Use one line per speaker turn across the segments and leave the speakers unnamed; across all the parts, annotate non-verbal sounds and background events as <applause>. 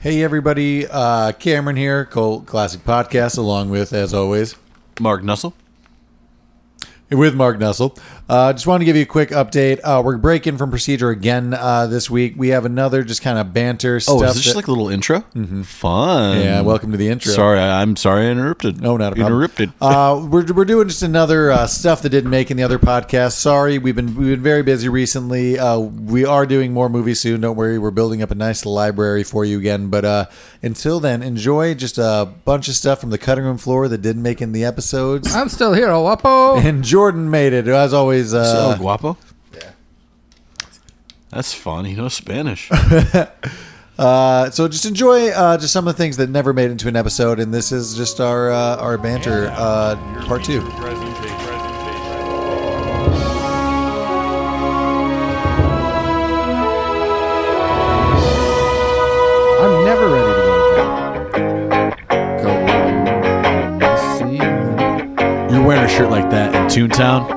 Hey everybody, uh, Cameron here, Colt Classic Podcast, along with, as always,
Mark Nussel.
with Mark Nussel. Uh, just wanted to give you a quick update. Uh, we're breaking from procedure again uh, this week. We have another just kind of banter
Oh,
stuff.
is this just
that-
like a little intro? Mm-hmm. Fun.
yeah, welcome to the intro.
Sorry, I, I'm sorry I interrupted.
No, not a problem.
interrupted.
Uh, we're, we're doing just another uh, stuff that didn't make in the other podcast. Sorry, we've been we've been very busy recently. Uh, we are doing more movies soon. Don't worry, we're building up a nice library for you again. But uh, until then, enjoy just a bunch of stuff from the cutting room floor that didn't make in the episodes.
I'm still here, oh, Wapo.
<laughs> And Jordan made it as always.
so
Uh,
guapo. Yeah. That's fun. He knows Spanish.
uh, so just enjoy uh, just some of the things that never made into an episode. And this is just our uh, our banter uh, part two.
I'm never ready to go. to bed. Go see. you.
You're wearing a shirt like that in Toontown.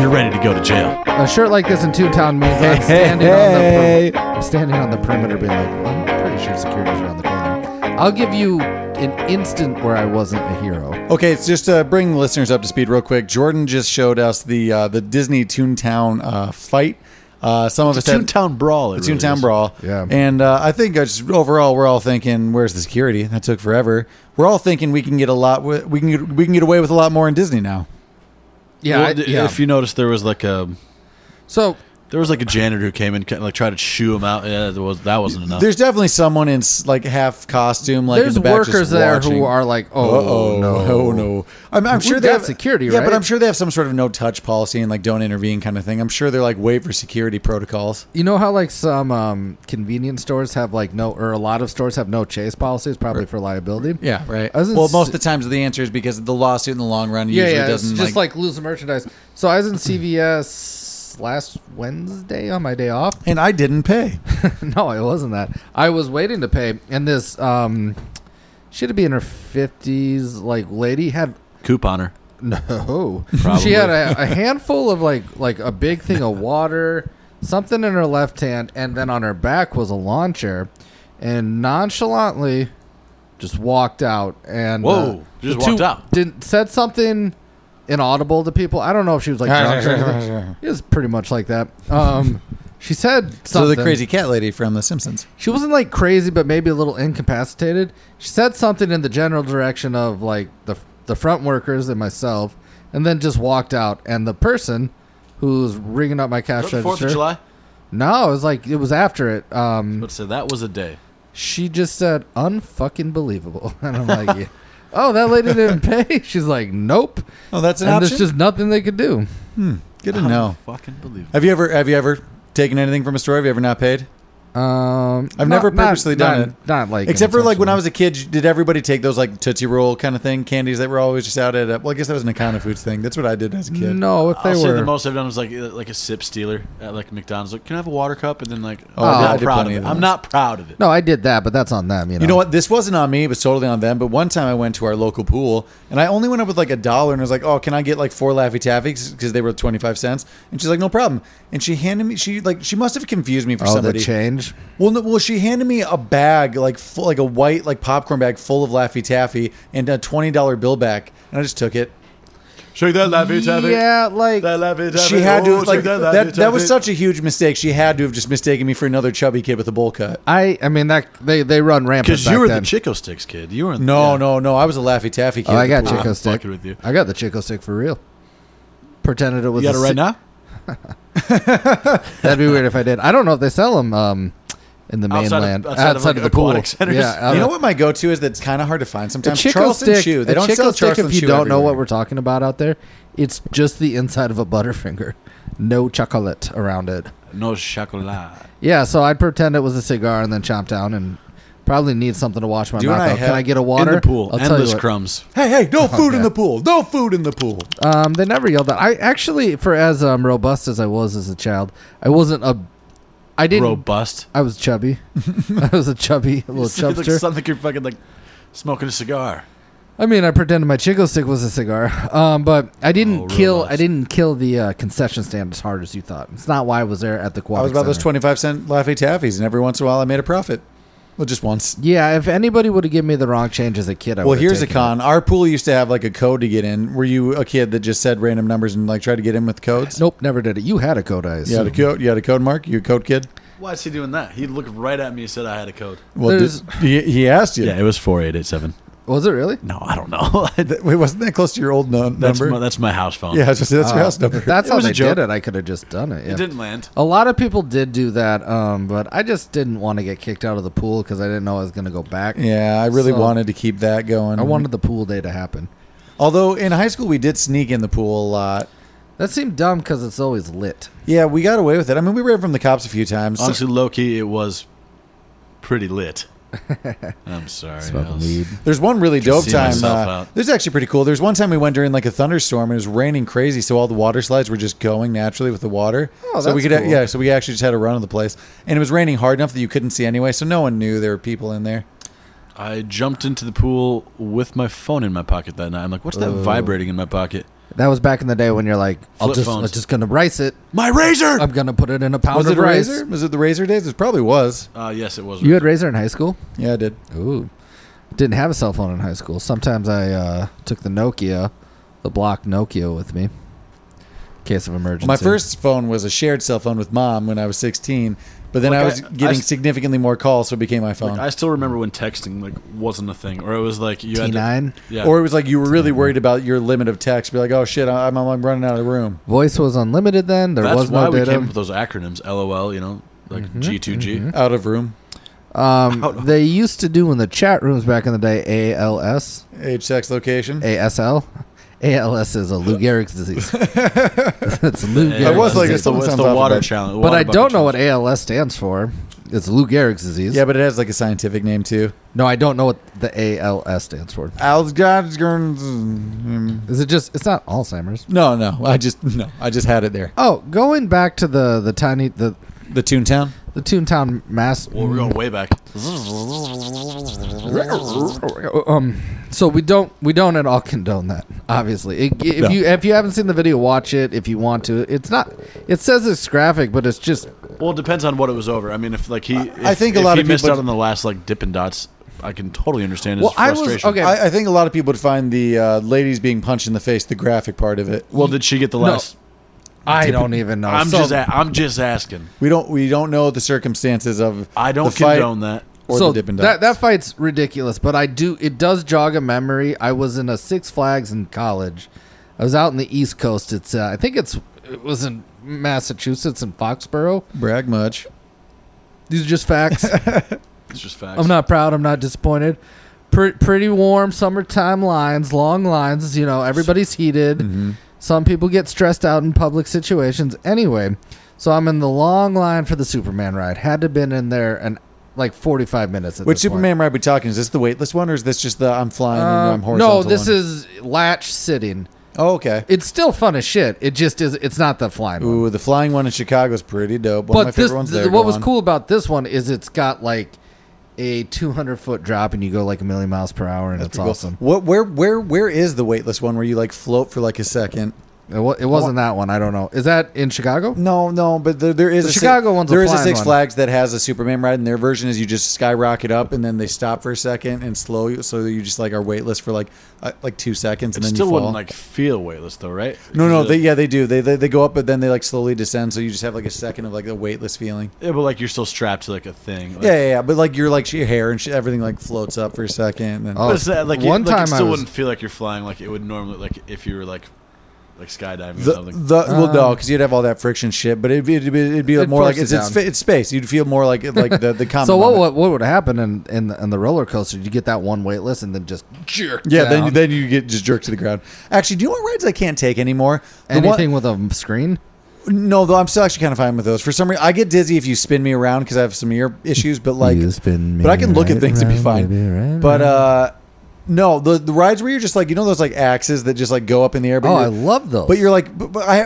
<laughs> You're ready to go to jail.
A shirt like this in Toontown means I'm standing on the per- I'm standing on the perimeter, being like, I'm pretty sure security's around the corner. I'll give you an instant where I wasn't a hero.
Okay, it's just to bring the listeners up to speed real quick. Jordan just showed us the uh, the Disney Toontown uh, fight. Uh, some of us had
Toontown brawl. it
the
really
Toontown
is.
brawl.
Yeah.
and uh, I think it's, overall we're all thinking, "Where's the security?" That took forever. We're all thinking we can get a lot. wi- We can get, we can get away with a lot more in Disney now.
Yeah,
Well, d- If you notice, there was like a
so
there was like a janitor who came and kind of like tried to shoo him out. Yeah, there was that wasn't enough.
There's definitely someone in s- like half costume, like in
there's
the back just
workers there
watching.
who are like, oh,
Oh
no,
no, no! I'm, I'm
We've
sure they
got
have
security,
Yeah, but
right?
I'm sure they have some sort of no-touch policy and like don't intervene kind of thing. I'm sure they're like wait for security protocols.
You know how like some um, convenience stores have like no, or a lot of stores have no chase policies, probably for liability.
Yeah, right.
I was in
Well,
s-
most of the times the answer is because the lawsuit in the long run
yeah,
usually
yeah, it's
doesn't
just like, lose the merchandise. So I was in CVS last Wednesday on my day off. <laughs>
And I didn't pay.
no, it wasn't that. I was waiting to pay, and this um, should be in her fifties, like lady had <laughs>
Couponer.
no.
Probably.
She had a, a handful of like like a big thing of water, something in her left hand, and then on her back was a lawn chair, and nonchalantly just walked out and uh,
Whoa, just
the two
walked out.
Didn't said something inaudible to people. I don't know if she was like drunk
<laughs>
or anything. It was pretty much like that. Um, she said something.
so the crazy cat lady from The Simpsons.
She wasn't like crazy, but maybe a little incapacitated. She said something in the general direction of like the the front workers and myself, and then just walked out. And the person who was ringing up my cash register.
Fourth of July.
No, it was like it was after it. Um,
But so that was a day.
she just said unfucking believable, <laughs> and I'm like,
<laughs>
yeah. oh, that lady didn't pay. <laughs> She's like, nope.
Oh, that's an
and
option.
there's just nothing they could do.
Good to know.
Fucking believe.
Have you ever have you ever taken anything from a store? Have you ever not paid?
Um,
I've
not-
never
not-
purposely done
not-
it.
Not like
Except for like when
intentionally.
I was a kid, did everybody take those like Tootsie Roll kind of thing candies that were always just out at? uh, Well, I guess that was an Econo Foods thing. That's what I did as a kid.
No, if they
I'll say
were
the most I've done was like uh, like a sip stealer at like McDonald's. Like, can I have a water cup? And then like,
Oh,
I'm
yeah, I
not
did
proud of
plenty
it.
of
I'm
those.
not proud of it.
No, I did that, but that's on them. You know.
You know what? This wasn't on me. It was totally on them. But one time I went to our local pool and I only went up with like a dollar and I was like, oh, can I get like four Laffy Taffys? Because they were 25 cents. And she's like, no problem. And she handed me, she like, she must have confused me for
Oh,
somebody.
the change.
Well, no, well, she handed me a bag, like full, like a white, like popcorn bag full of Laffy Taffy and a $20 bill back. And I just took it.
Shake that laffy taffy.
Yeah, like
laffy
Oh, She had to, like, that, that was such a huge mistake. She had to have just mistaken me for another chubby kid with a bowl cut.
I, I mean that they they run rampant.
because
Back
you were
then.
the Chico sticks kid. You were
No,
yeah.
no, no. I was a Laffy Taffy kid.
Oh, I
at the
got
pool.
Chico stick.
fucking with you.
I got the Chico stick for real. Pretended it was
You got
a
it right
si-
now.
That'd be weird if I did. I don't know if they sell them um, in the
Outside of-
mainland
outside of, like,
the pool.
aquatic centers?
Yeah, out
You know
of-
what my go-to is that's kind of hard to find
A
sometimes.
Chico
Charleston
stick.
shoe. They
a
don't
Chico
sell
stick.
Charleston
if you
shoe
don't know
everywhere.
what we're talking about out there, it's just the inside of a Butterfinger, no chocolate around it.
No chocolate.
Yeah, so I'd pretend it was a cigar and then chomp down and probably need something to wash my
Do you
mouth
and I
out. Can
have-
I get a
In
water?
the pool,
I'll tell you
endless
what.
crumbs.
Hey, hey!
<laughs>
No food in
Oh, yeah.
the pool. No food in the pool.
Um, they never yelled at. I actually, for as um, robust as I was as a child, I wasn't a. I didn't.
Robust.
I was chubby. <laughs> I was a
<laughs>
chubby little
<laughs> It's like
chubster.
something you're fucking like smoking a cigar.
I mean, I pretended my Chico stick was a cigar, um, but I didn't
Oh,
kill.
robust.
I didn't kill the uh, concession stand as hard as you thought. It's not why I was there at the.
I was about those
Center.
twenty-five cent Laffy Taffies, and every once in a while I made a profit. Well, just once.
Yeah, if anybody would have given me the wrong change as a kid, I
Well,
would've
here's a
taken
con. Our pool used to have like a code to get in. Were you a kid that just said random numbers and like tried to get in with
it.
codes?
Nope, never did it. You had a code, I
You had a
assume.
code. You had a code, Mark. You a code kid?
Why is he doing that? He looked right at me and said I had a code.
Well,
There's-
did- he, he asked you.
Yeah, it was four eight eight seven.
Was it really?
No, I don't know. <laughs>
Th- Wait, wasn't that close to your old no-
that's
number?
my, that's my house phone.
yeah, I was gonna say, that's your house number.
Ah.
<laughs>
That's
It
how
was a
they
joke.
did it. I could have just done it. Yeah.
it didn't land.
A lot of people did do that, um, but I just didn't want to get kicked out of the pool because I didn't know I was going to go back.
yeah, I really
So-
wanted to keep that going.
I wanted the pool day to happen.
Although in high school we did sneak in the pool a lot.
That seemed dumb because it's always lit.
Yeah, we got away with it. I mean, we ran from the cops a few times.
Honestly, low key, it was pretty
<laughs>
lit. I'm sorry. I was-
There's one really dope
see
time.
myself
Uh,
out.
this is actually pretty cool. There's one time we went during like a thunderstorm and it was raining crazy, so all the water slides were just going naturally with the water.
Oh,
so we
that's
could,
cool.
yeah, so we actually just had a run of the place, and it was raining hard enough that you couldn't see anyway, so no one knew there were people in there.
I jumped into the pool with my phone in my pocket that night. I'm like, what's that
Oh.
vibrating in my pocket?
That was back in the day when you're like, I'll
Flip
just,
phones.
I'm just going to rice it.
My razor.
I'm going to put it in a pound
Was
of
it a
rice.
razor? Was it the razor days? It probably was.
Uh, yes, it was.
You had razor in high school?
Yeah, I did.
Ooh. Didn't have a cell phone in high school. Sometimes I uh, took the Nokia, the block Nokia with me. Case of emergency.
My first phone was a shared cell phone with mom when I was 16, but then
Like,
I was
I- I
getting
s-
significantly more calls, so it became my phone.
Like, I still remember when texting like wasn't a thing, or it was like you had to,
T9.
yeah.
Or it was like you were really worried about your limit of text. Be like, oh shit, I- I'm, I'm running out of room.
Voice was unlimited then. There
that's
was
why
no
we came up
data. Mm-hmm,
with those acronyms. LOL. You know, like G2G.
Out of room.
<laughs>
Um,
Out.
they used to do in the chat rooms back in the day ALS,
Age, sex, location.
ASL. ALS is a Lou Gehrig's
<laughs>
disease. <laughs> it's Lou
Yeah,
I
Gehrig's
was like, it's
it's
disease.
the-
the,
someone
it's
sounds
the
off
water
about-
challenge.
but I don't know what ALS stands for. It's Lou Gehrig's disease.
Yeah, but it has like a scientific name too.
No, I don't know what the ALS stands for.
Alzheimer's. mm,
Is it just? It's not Alzheimer's.
No, no, I just no, I just had it there.
Oh, going back to the the tiny the
The Toontown.
the Toontown mass.
Well, we're going way back.
Um, so we don't we don't at all <laughs> condone that. Obviously, It- if
No.
you if you haven't seen the video, watch it if you want to. It's not. It says it's graphic, but it's just
Well, it depends on what it was over. I mean, if like he,
I
if-
think a
if
lot
he
of
missed
people-
out on the last like Dippin' Dots. I can totally understand his
Well, I was-
frustration.
okay.
I, I think a lot of people would find the uh, ladies being punched in the face the graphic part of it.
Well, did she get the
No.
last?
I don't even know.
I'm
So-
just a- I'm just asking.
We don't we don't know the circumstances of
I don't
the fight
condone that.
or
so
the Dippin' Dots.
that that fight's ridiculous, but I do it does jog a memory. I was in a Six Flags in college. I was out in the East Coast. It's uh, I think it's it was in Massachusetts in Foxborough.
brag much.
These are
<laughs>
just facts.
It's just facts.
I'm not proud. I'm not disappointed. Pre- pretty warm summertime lines, long lines. You know, everybody's heated.
Mm-hmm.
Some people get stressed out in public situations. Anyway, so I'm in the long line for the Superman ride. Had to been in there and like 45 minutes. At
Which
this
Superman ride we talking? Is this the weightless one or is this just the I'm flying
Point.
and
Uh,
I'm horizontal?
no, this
one?
is latch sitting.
Oh, okay.
It's still fun as shit. It just is. It's not the flying. one.
Ooh, the flying one in Chicago is pretty dope. One of my
but
favorite
this,
ones
th-
there.
what
Go
was
on.
cool about this one is it's got like a 200 foot drop and you go like a million miles per hour and it's
Pretty cool.
awesome.
What where where where is the weightless one where you like float for like a second?
It, wa- it wasn't that one. I don't know. Is that in Chicago?
No, no, but there, there is
The
a si-
Chicago one's a
there is
flying
Six
one.
Flags that has a Superman ride, and their version is you just skyrocket up and then they stop for a second and slow you, so you just like are weightless for like uh, like two seconds
It
and then
still
you fall.
wouldn't like feel weightless though, right?
no, no,
Because, uh,
they, yeah, they do. They, they they go up, but then they like slowly descend, so you just have like a second of like a weightless feeling.
yeah, but like you're still strapped to like a thing. Like,
Yeah, yeah, yeah. But like your like your hair and shit, everything like floats up for a second. And then,
Oh.
But it's that, like
One
one time,
time I
it still
was-
wouldn't feel like you're flying like it would normally like if you were like like skydiving or
The,
something.
the well no because you'd have all that friction shit but it'd be it'd be, it'd be
It'd
more like it's,
force Um, it
it's
down.
fa- it's space you'd feel more like like the <laughs> the common
So what,
one.
what what would happen in in the, in the roller coaster? You get that one waitlist and then just jerk.
Yeah,
down.
then then you get just jerked to the ground. Actually, do you know what rides I can't take anymore? The one-
anything with a m- screen.
no, though I'm still actually kind of fine with those. For some reason, I get dizzy if you spin me around because I have some ear issues. But like, but I can look at things and be fine. but uh, no, the the rides where you're just like you know those like axes that just like go up in the air. But
oh, I
you're-
love those.
But you're like, but, but I,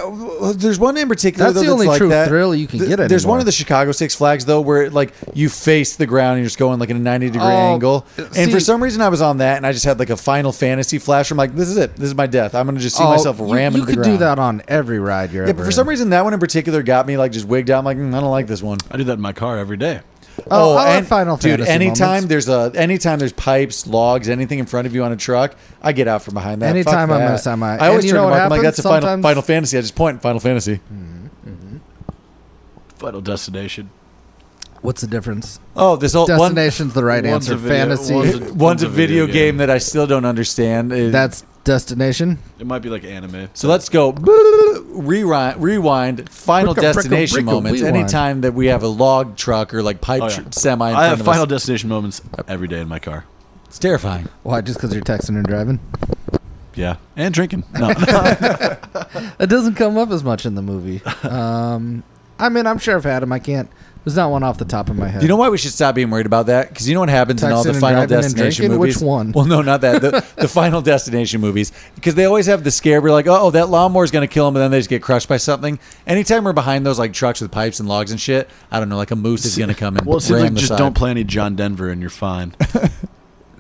there's one in particular.
That's
though,
the only
like
true
that.
thrill you can
Th-
get
There's one
anymore.
of the Chicago Six Flags though, where like you face the ground and you're just going like in a 90 degree
Oh,
angle.
uh,
and for
see-
some reason, I was on that, and I just had like a Final Fantasy flash. I'm like, this is it. This is my death. I'm gonna just see
Oh,
myself
you-
rammed
You
into the
could
ground.
do that on every ride you're
Yeah,
ever.
but for some
in.
reason, that one in particular got me like just wigged out. I'm like, mm, I don't like this one.
I do that in my car every day.
Oh, I love Final
dude,
Fantasy
anytime
moments.
there's a anytime there's pipes, logs, anything in front of you on a truck, I get out from behind that. Fuck
Anytime I'm in a
that.
semi.
I always
And you
turn
know
to
what
Mark, I'm like,
happens
that's a final,
sometimes?
final Fantasy. I just point Final Fantasy.
Final destination.
What's the difference?
Oh, this old one.
Destination's the right
one's
answer.
a video-
Fantasy.
one's
One's, a video game, that I still don't understand. It-
<laughs> that's destination.
It might be like anime.
so let's go rewind, rewind final
Bricka, bricka,
destination
bricka,
moments.
rewind.
Anytime that we have a log truck or like pipe
Oh, yeah.
tr- semi, in
I
front
have
of
final
us.
destination moments every day in my car.
It's terrifying.
Why? Just because you're texting and driving?
Yeah, and drinking. No,
It doesn't come up as much in the <laughs> movie. Um, I mean, I'm sure I've had them. I can't. There's not one off the top of my head.
Do you know why we should stop being worried about that? Because you know what happens in all
Texting
the
and
Final
driving and
Destination
drinking?
movies.
Which one?
Well, no, not that. The,
<laughs>
the Final Destination movies, because they always have the scare. We're like, oh, that lawnmower's going to kill him, and then they just get crushed by something. Anytime we're behind those like trucks with pipes and logs and shit, I don't know, like a moose is going to come and
well, it seems
ram
like
the
just
side.
don't play any John Denver and you're fine.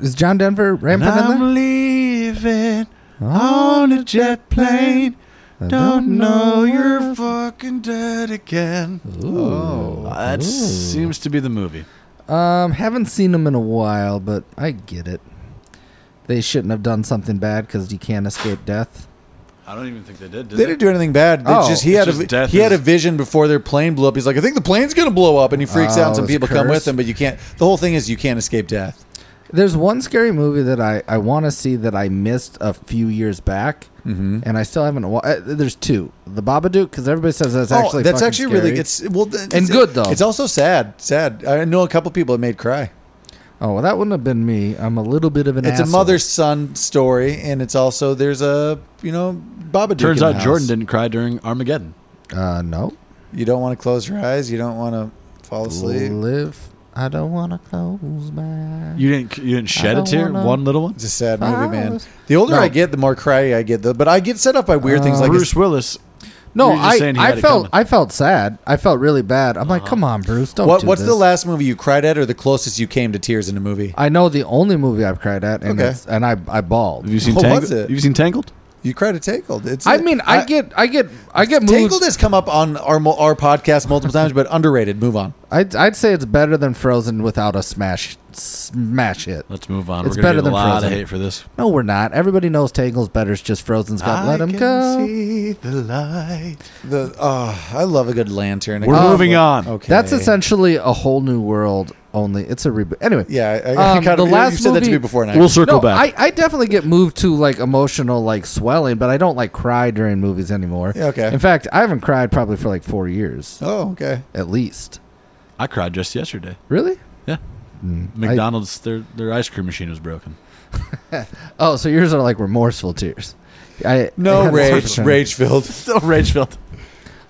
Is John Denver ramping in there?
I'm leaving on a jet plane. Don't know you're fucking dead again. Oh,
Ooh.
That seems to be the movie.
Um, haven't seen them in a while, but I get it. They shouldn't have done something bad because you can't escape death.
I don't even think they did. did
They didn't do anything bad. It's
Oh,
just he
it's
had
just
a
death
he had a
is-
vision before their plane blew up. He's like, I think the plane's going to blow up, and he freaks
Oh,
out. And some
it's a
people come with
curse.
him, but you can't. The whole thing is you can't escape death.
There's one scary movie that I, I want to see that I missed a few years back,
Mm-hmm.
and I still haven't. Wa- uh, there's two: The Babadook, because everybody says that's actually
Oh, that's
fucking
actually
scary.
really it's well th- it's,
good, though.
It's also sad. Sad. I know a couple people it made cry.
Oh, well, that wouldn't have been me. I'm a little bit of an.
It's a
asshole.
mother son story, and it's also there's a you know Babadook.
Turns
in
out
the
Jordan
house.
didn't cry during Armageddon.
Uh, no.
You don't want to close your eyes. You don't want to fall asleep.
Live. I don't want to close my eyes.
You didn't. You didn't shed
I
a
don't
tear.
wanna-
One little one.
It's a sad movie, man.
Files.
The older
No.
I get, the more cry I get. Though, but I get set up by weird things like
Bruce Willis.
No,
You're just
I,
saying he had
I
it
felt
coming.
I felt sad. I felt really bad. I'm like, come on, Bruce, don't.
Uh-huh. what,
do
what's the
this."
last movie you cried at, or the closest you came to tears in a movie?
I know the only movie I've cried at, and
Okay.
it's, and I I bawled.
Have you seen
What was
Tangled?
it?
Have you seen Tangled?
You cried at Tangled. It's
I mean, I,
I-
get I get I get
Tangled
moved.
has come up on our mo- our podcast multiple times, but underrated. Move on.
I'd, I'd say it's better than Frozen without a smash smash hit.
Let's move on.
It's
We're gonna
better
get a
than
lot
Frozen.
of hate for this.
No, we're not. Everybody knows Tangled's better. It's just Frozen's got let him go.
see the light.
The oh, I love a good lantern.
We're
Um,
moving on.
Okay,
That's essentially a whole new world. Only it's a reboot. Anyway,
Yeah, I, I
Um,
kind
the
of you,
last
you said that to me
movie-
before, and I
We'll circle
no,
back.
I, I definitely get moved to like emotional like swelling, but I don't like cry during movies anymore.
Yeah, okay.
In fact, I haven't cried probably for like four years
Oh, okay.
at least.
I cried just yesterday.
Really?
Yeah. McDonald's their their ice cream machine was broken.
Oh, so yours are like remorseful tears. I I
No <laughs>
had
rage,
remorseful-
rage
<laughs>
filled.
So rage filled.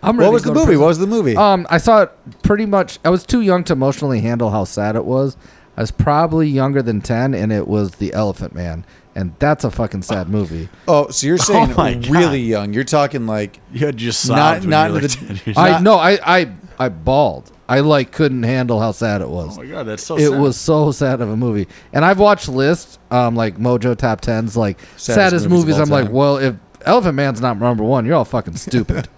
I'm ready
What was
to
the
go to
movie? What was the movie?
<laughs> Um, I saw it pretty much. I was too young to emotionally handle how sad it was. I was probably younger than ten, and it was The Elephant Man, and that's a
<laughs>
fucking sad movie.
oh, so you're saying
my God.
really young? You're talking like
You had just
not
sobbed when
not
you were <laughs>
into
like 10
the,
years
I
not-
no, I I I bawled. I like couldn't handle how sad it was.
Oh my god, that's so.
it
sad.
was
<laughs>
so sad of a movie, and I've watched lists, um, like Mojo Top Tens, like
Saddest
saddest,
movies
movies.
of all
I'm like,
time.
well, if Elephant Man's not number one, you're all
<laughs>
fucking stupid.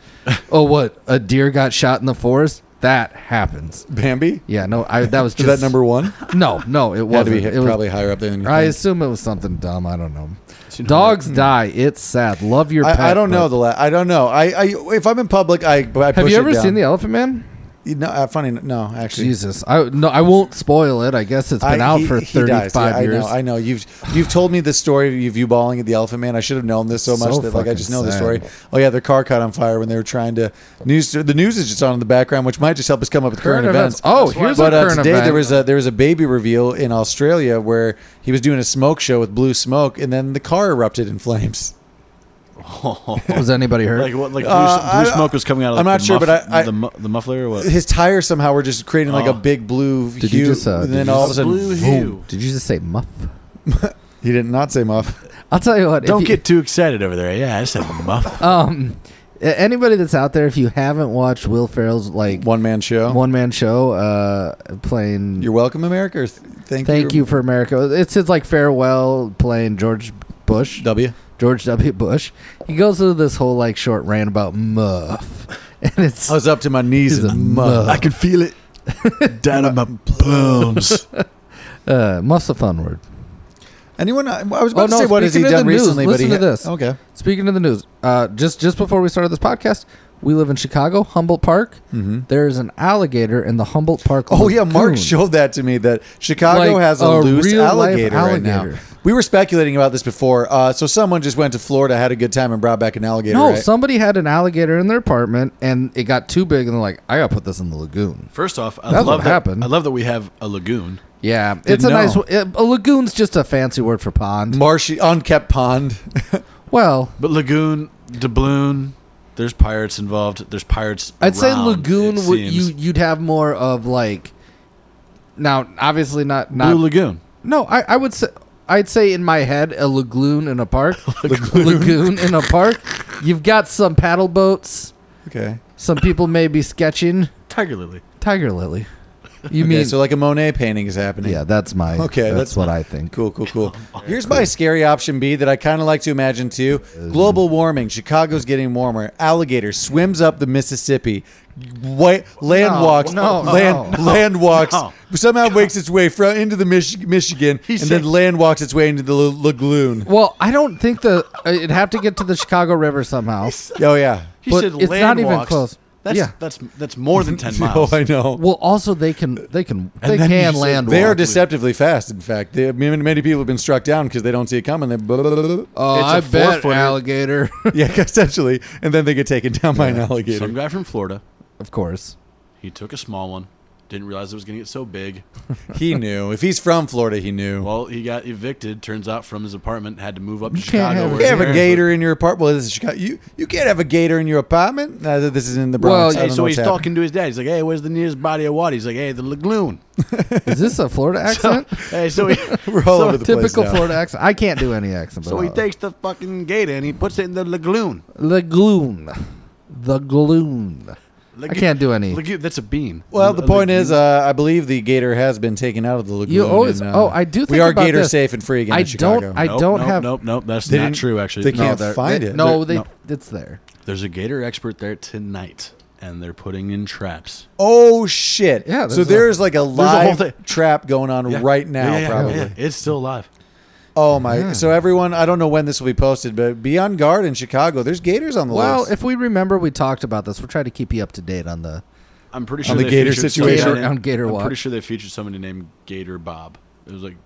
oh, what? A deer got shot in the forest. That happens.
Bambi.
Yeah, no, I that was
Is
just
that number one?
No, no, it
Had to
wasn't.
be hit,
it was,
probably higher up there than you
I
think.
assume it was something dumb. I don't know.
You know
Dogs
Hmm.
die. It's sad. Love your. pet,
I, I don't know
but-
the la- I don't know. I, I if I'm in public, I, I push
<laughs> Have you
it
ever
down.
seen the Elephant Man?
You know, uh, funny, no, actually,
Jesus, I no, I won't spoil it. I guess it's been
I-
out
he-
for
he dies.
thirty-five
Yeah,
years.
I know, I know. You've you've told me the story of you bawling at the Elephant Man. I should have known this so
So
much that like I
fucking
just know the
sad.
story. Oh yeah, their car caught on fire when they were trying to news. The news is just on in the background, which might just help us come up with current,
Current
events.
events. Oh, here's
but
a
uh,
current
today
event.
there was a there was a baby reveal in Australia where he was doing a smoke show with blue smoke, and then the car erupted in flames.
<laughs> Was anybody hurt?
like what? Like blue,
Uh,
blue
I-
smoke was coming out. of
I'm
like,
not
the
sure, but
muff-
I- I-
the, mu- the muffler or
<laughs>
what?
His tires somehow were just creating like a
Oh.
big blue hue,
Did you just, uh,
and
did
then
you
all of a
just-
sudden,
Blue
boom.
hue.
Did you just say muff?
He did not say muff. <laughs>
I'll tell you what. if
Don't
you-
get too excited over there. Yeah, I said
<laughs>
muff.
um a- anybody that's out there. If you haven't watched Will Ferrell's like
One man show.
one man show, uh, playing
You're welcome, America. Or th- thank,
Thank You for America. It's his like farewell playing George Bush.
W.
George W. Bush. He goes through this whole like short rant about muff, <laughs> and it's
Oh, I was up to my knees
He's
in
a
mud.
mug.
I can feel it. Down in my plums.
Uh, must a fun word.
<laughs> Anyone? I I was about
Oh,
to
no,
say, what has he
speaking of
done
the news,
recently? but he
listen to this.
Okay.
Speaking of the news, uh, just just before we started this podcast, we live in Chicago, Humboldt Park. There is an alligator in the Humboldt Park.
Mm-hmm. Oh yeah, Mark
Lagoon.
showed that to me that Chicago
Like
has a,
a
loose
real-life
alligator, right now.
alligator.
We were speculating about this before. Uh, so someone just went to Florida, had a good time, and brought back an alligator.
No,
right?
somebody had an alligator in their apartment, and it got too big, and they're like, "I gotta put this in the lagoon."
First off, I
That's
love
what
that.
happened.
I love that we have a lagoon.
Yeah, it's a
know.
nice. It, a lagoon's just a fancy word for pond.
marshy, unkept pond.
Well,
But lagoon, doubloon, there's pirates involved. There's pirates.
I'd say
around,
lagoon
it
would you
seems.
you'd have more of like. Now, obviously, not not
Blue lagoon.
No, I, I would say I'd say in my head a lagoon in
<laughs>
a park, lagoon in a park. You've got some paddle boats.
okay.
Some people may be sketching
Tiger lily.
tiger lily. You
Okay,
mean
so like a Monet painting is happening.
yeah? That's my
Okay,
okay. That's,
that's-
what I think.
Cool, cool, cool. Here's my scary option B that I kind of like to imagine too. Global warming. Chicago's getting warmer. Alligator swims up the Mississippi. White land
No,
walks.
no,
land
no.
land walks.
No.
<laughs>
Somehow makes its way from into the Mich- Michigan,
He's
and then
saying-
land walks its way into the l- lagoon.
Well, I don't think the uh, it'd have to get to the Chicago
<laughs>
River somehow.
Oh yeah.
He
But
said
it's
land
not even
walks.
close.
That's,
Yeah.
that's that's more
<laughs>
than ten
<laughs> Oh,
miles.
I know.
Well, also they can they can they
then
can
you said
land.
They are
walk.
deceptively fast. In fact, they, many many people have been struck down because they don't see it coming. They blah, blah, blah, blah, blah.
Oh,
it's a
I bet
four-footer.
alligator.
<laughs>
<laughs>
yeah, essentially, and then they get taken down by an alligator.
Some guy from Florida.
of course.
He took a small one. Didn't realize it was going to get so big.
He knew. If he's from Florida, he knew.
Well, he got evicted. Turns out from his apartment, had to move up to
You can't
Chicago.
have-
where
You can't have a
his
gator in your apartment. Well, this is Chicago. You you can't have a gator in your apartment. Uh, this is in the
Well,
Bronx. I
Hey,
don't know
so
what's
he's
happening.
talking to his dad. He's like, "Hey, where's the nearest body of water?" He's like, "Hey,
<laughs>
the lagoon."
Is this a Florida accent?
hey, so he,
We're all
so,
over the place
Typical
now.
Florida accent. I can't do any accent.
so
but uh,
he
I'll-
takes the fucking gator and he puts it in the lagoon.
Lagoon. The gloon. I can't do any.
Lagoon. That's a bean.
Well,
<laughs>
the
A
point
lagoon.
is, uh, I believe the gator has been taken out of the lagoon.
You always-
and, uh,
oh, I do
we
think
are
about
gator
this.
safe and free again
I
in Chicago.
don't- I
nope,
don't
nope,
have-
Nope, nope. That's
They
not
didn't-
true. Actually,
they
No,
can't
there-
find
They-
it.
No, they
no.
it's there.
There's a gator expert there tonight, and they're putting in traps.
oh shit!
Yeah,
so
there's a-
there's like a live
thing.
trap going on right now,
Yeah, yeah,
probably.
yeah, yeah. It's still alive.
Oh my! So everyone, I don't know when this will be posted, but be on guard in Chicago. There's gators on the
Well,
loose.
if we remember, we talked about this. We'll try to keep you up to date on the.
I'm pretty sure
the
they
gator
featured
situation.
somebody
Gator- on
named-
gator
I'm
walk.
pretty sure they featured somebody named Gator Bob. It was like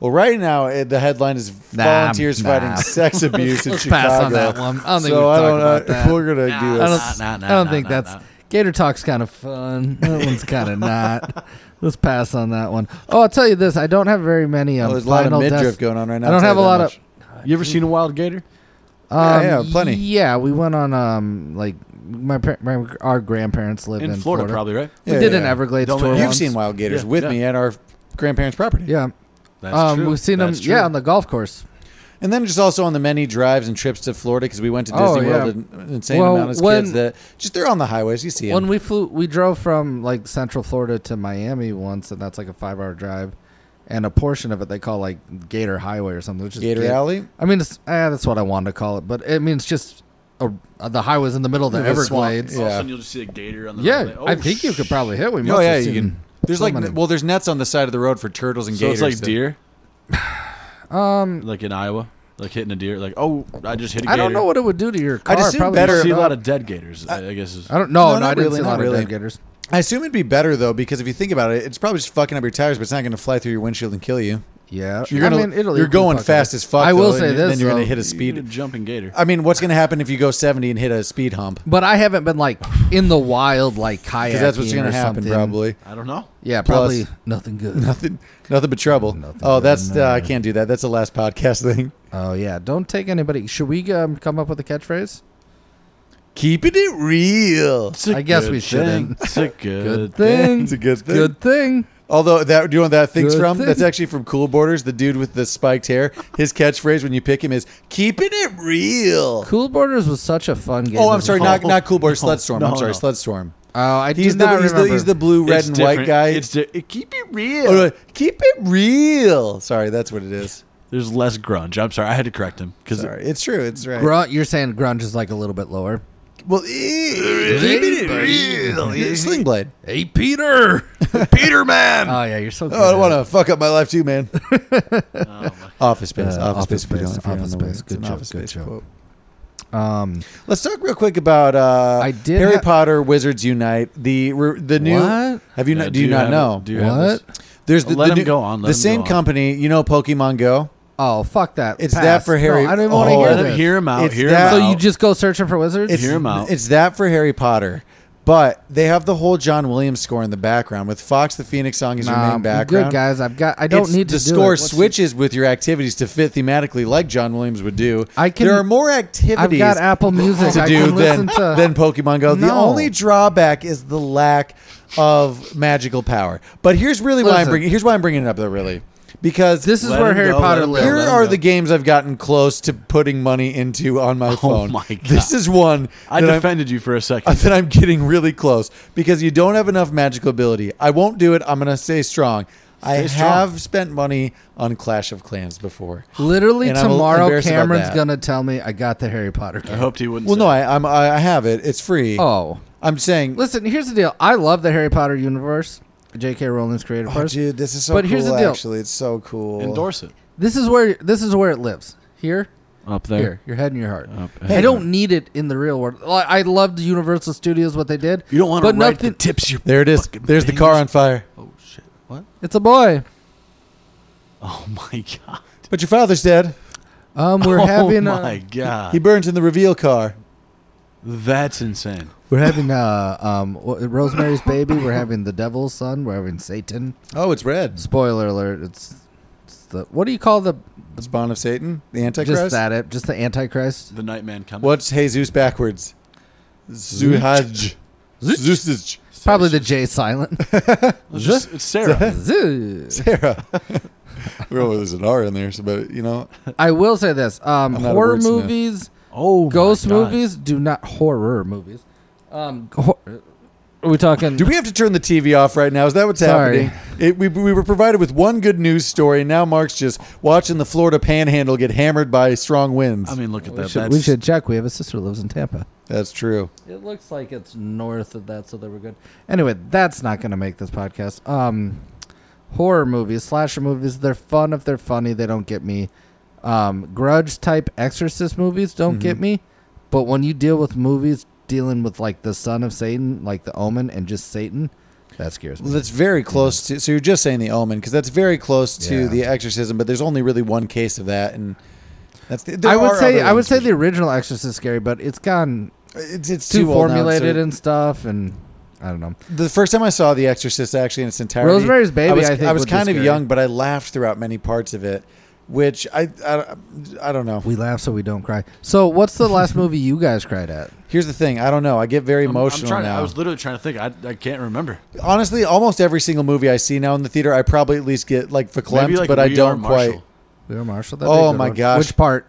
Well, right now eh, the headline is
Nah,
volunteers
nah.
fighting
<laughs>
sex abuse in
Let's
Chicago.
pass on that one. I don't think
so
we can
I
talk
don't know
about that.
if we're gonna do this.
I don't,
Nah, nah,
I don't
nah,
think
nah,
that's.
nah.
Gator Talk's kind of fun. <laughs> That one's kind of not. Let's pass on that one. Oh, I'll tell you this. I don't have very many. Um,
Oh, there's a lot of
final
midriff
Des-
going on right now.
I
I'll
don't
tell
have
you
a
that
lot
much.
of.
You ever seen a wild gator?
Yeah,
Um,
yeah, plenty.
Yeah, we went on. Um, like my, par- my our grandparents lived in,
In Florida, probably, right?
We
Yeah,
did
yeah,
an
yeah.
Everglades
Don't
tour.
we-
You've
once.
seen wild gators
Yeah,
with
yeah.
me at our grandparents' property.
Yeah.
That's
Um,
true.
we've seen
That's
them.
true.
Yeah, on the golf course.
And then just also on the many drives and trips to Florida because we went to Disney
Oh, yeah.
World an an insane
Well,
amount as
when-
kids that just they're on the highways. You see them.
When we flew, we drove from like Central Florida to Miami once, and that's like a five-hour drive, and a portion of it they call like Gator Highway or something. Which is
Gator
Ga-
Alley.
I mean, it's, eh, that's what I wanted to call it, but it means just a, uh, the highways in the middle of the
Of the swamp,
Everglades.
All of a
yeah.
sudden, you'll just see a gator on the
Yeah,
road. Like,
I
oh,
think you could probably hit. We must
Oh yeah,
have
you
seen
can. There's
so
like
many.
well, there's nets on the side of the road for turtles and
So
gators.
it's like
so-
deer,
<sighs>
like in Iowa, like hitting a deer. Like, oh, I just hit a gator.
Um, I don't know what it would do to your car.
I'd assume
probably
better-
You
just-
see a lot of dead gators. I, I guess. Is,
I don't.
No,
No, no, I
not
didn't
really,
see a
not
lot
really.
of dead gators.
I assume it'd be better though because if you think about it, it's probably just fucking up your tires, but it's not going to fly through your windshield and kill you.
Yeah,
You're gonna
I mean, it'll
you're
equally
going
fuck it
fast
up.
as fuck.
I will
though,
say
and
this:
then you're
though.
going to hit a
You need a
speed.
jumping gator.
I mean, what's going to happen if you go 70 and hit a speed hump?
But I haven't been like in the wild, like kayaking.
Because that's what's
going to
happen, probably.
I don't know.
Yeah,
Plus-
probably nothing good.
Nothing, nothing but trouble.
Nothing
oh,
but
that's uh, I
nothing.
can't do that. That's the last podcast thing. <laughs>
Oh yeah, don't take anybody. Should we um, come up with a catchphrase?
Keeping it real.
It's a
I guess
good
we
thing.
shouldn't.
It's a good,
<laughs> Good thing.
It's a good thing.
Good thing.
Although that do you know what that thing's
Good
from?
thing.
That's actually from Cool Borders. The dude with the spiked hair. His catchphrase when you pick him is "Keeping it real."
Cool Borders was such a fun game.
Oh, I'm sorry,
<laughs> No,
not
No,
not Cool Borders.
no,
Sledstorm. I'm
no,
sorry,
no.
Sledstorm.
oh, I did
He's the,
not
he's the
remember.
he's the blue, red,
It's
and
different.
white guy.
It's di- it, keep it real.
Oh, no, keep it real. Sorry, that's what it is.
There's less grunge. I'm sorry, I had to correct him because <laughs>
Sorry, it's true. It's right.
Grunge. You're saying grunge is like a little bit lower.
Well, keeping it real. Sling blade.
Hey, Peter.
<laughs> Peter Man.
Oh yeah, you're so. Good
Oh, I don't want to fuck up my life too,
<laughs>
man. office space.
Uh,
office,
Office
space. if you
Space,
don't- if you don't
Office
know what
Space,
it's an
good job,
Office
good
Space
job.
quote.
Um,
Let's talk real quick about uh,
I did
Harry
ha-
Potter Wizards Unite. The re- the new.
What?
Have you
Yeah,
not? Do you
have
not
it?
know?
Do you have
What?
this?
There's the,
Let
the
him
new-
go on,
the
let him
same
go on.
company, you know, Pokemon Go.
oh fuck that.
It's
Pass.
that for
No,
Harry-
I don't even want to
Oh,
hear
<laughs> Let him
this.
hear him out.
It's
Hear
that-
him
so
out.
you just go searching for wizards?
It's,
Hear him out.
It's that for Harry Potter, but they have the whole John Williams score in the background with Fox the Phoenix song as
Nah,
your
I'm
main background.
Good guys, I've got. I don't
It's-
need to
the
do
score
it. What's-
switches with your activities to fit thematically, like John Williams would do.
I can-
there are more
I've
activities
got Apple Music.
to
I
do
can listen
than,
to.
than Pokemon Go. The
No.
only drawback is the lack of magical power. But here's really why I'm
Listen.
bringing. Here's why I'm bringing it up though, really, because
this is
Let
where
him
Harry
go, let
Potter
him go.
lives.
here
let him
are
go.
the games I've gotten close to putting money into on
Oh
my phone.
my God.
This is one
I
that I'm-
defended you for a second.
I <laughs> that I'm getting really close because you don't have enough magical ability. I won't do it. I'm gonna stay strong. I
Stay strong.
have spent money on Clash of Clans before.
Literally
And I'm
tomorrow,
embarrassed about
Cameron's
that.
gonna tell me I got the Harry Potter
I
game.
hoped he wouldn't.
Well,
say
no,
it.
I, I'm, I have it. It's free.
Oh,
I'm saying,
listen. Here's the deal. I love the Harry Potter universe. J.K. Rowling's creative
oh,
first.
dude, this is so
But
cool.
here's the deal.
Actually, it's so cool.
endorse it
This is where this is where it lives. Here,
up
here, your head and your heart.
Up.
I don't need it in the real world. I I loved Universal Studios what they did.
You don't want to
but
write the
nothing.
tips. Your
There it is.
fucking
There's the car on
fingers.
fire.
Oh shit! What?
it's a boy.
Oh my <laughs> god!
But your father's dead.
Um, we're
<laughs> oh
having uh,
my god!
He burns in the reveal car.
That's insane.
we're having uh um w- Rosemary's Baby. We're having The Devil's Son. We're having Satan.
Oh, it's red.
Spoiler alert! It's, it's the what do you call the
Spawn of Satan, the
just
Antichrist.
that it just the Antichrist?
The Nightman coming.
What's Jesus backwards? Zuhaj. Zeus.
Probably the J <laughs> silent.
It's just- it's Sarah.
Zeus.
Sarah. <laughs> well, there's an R in there, so, but you know,
<laughs> I will say this: um,
I'm not a
horror
wordsmith.
movies,
<laughs> Oh, my
ghost
God.
movies do not horror movies. Um, hor- are we talking?
do we have to turn the TV off right now? Is that what's
Sorry.
happening? It, we, we were provided with one good news story, and now Mark's just watching the Florida Panhandle get hammered by strong winds.
I mean, look at
we
that.
should,
That's,
we should check. We have a sister who lives in Tampa.
That's true.
It looks like it's north of that, so they were good. Anyway, that's not going to make this podcast. Um, horror movies, slasher movies, they're fun if they're funny. They don't get me. Um, grudge type exorcist movies don't get me. But when you deal with movies dealing with like the son of Satan, like the Omen, and just Satan, that scares
Well,
me.
that's very close to. So you're just saying the Omen because that's very close to
Yeah.
the Exorcism, but there's only really one case of that, and that's. The, there
I would
are
say
other
I would
ones,
say
but
the original Exorcist is scary, but it's gone
it's, it's
too,
too, old now,
formulated
so-
and stuff, and I don't know.
the first time I saw The Exorcist actually in its entirety,
Rosemary's Baby,
I was,
I think,
was
would be
kind of
scary.
young, but I laughed throughout many parts of it, which I I, I don't know.
We laugh so we don't cry. So, what's the last movie you guys cried at?
Here's the thing, I don't know. I get very
I'm- I'm
emotional
trying to-
now.
I was literally trying to think. I, I can't remember.
Honestly, almost every single movie I see now in the theater, I probably at least get like verklempt,
Maybe like
but
we
I
Are
don't
Marshall.
quite.
We are Marshall. That'd be a
Oh
good
my
one.
gosh.
Which part?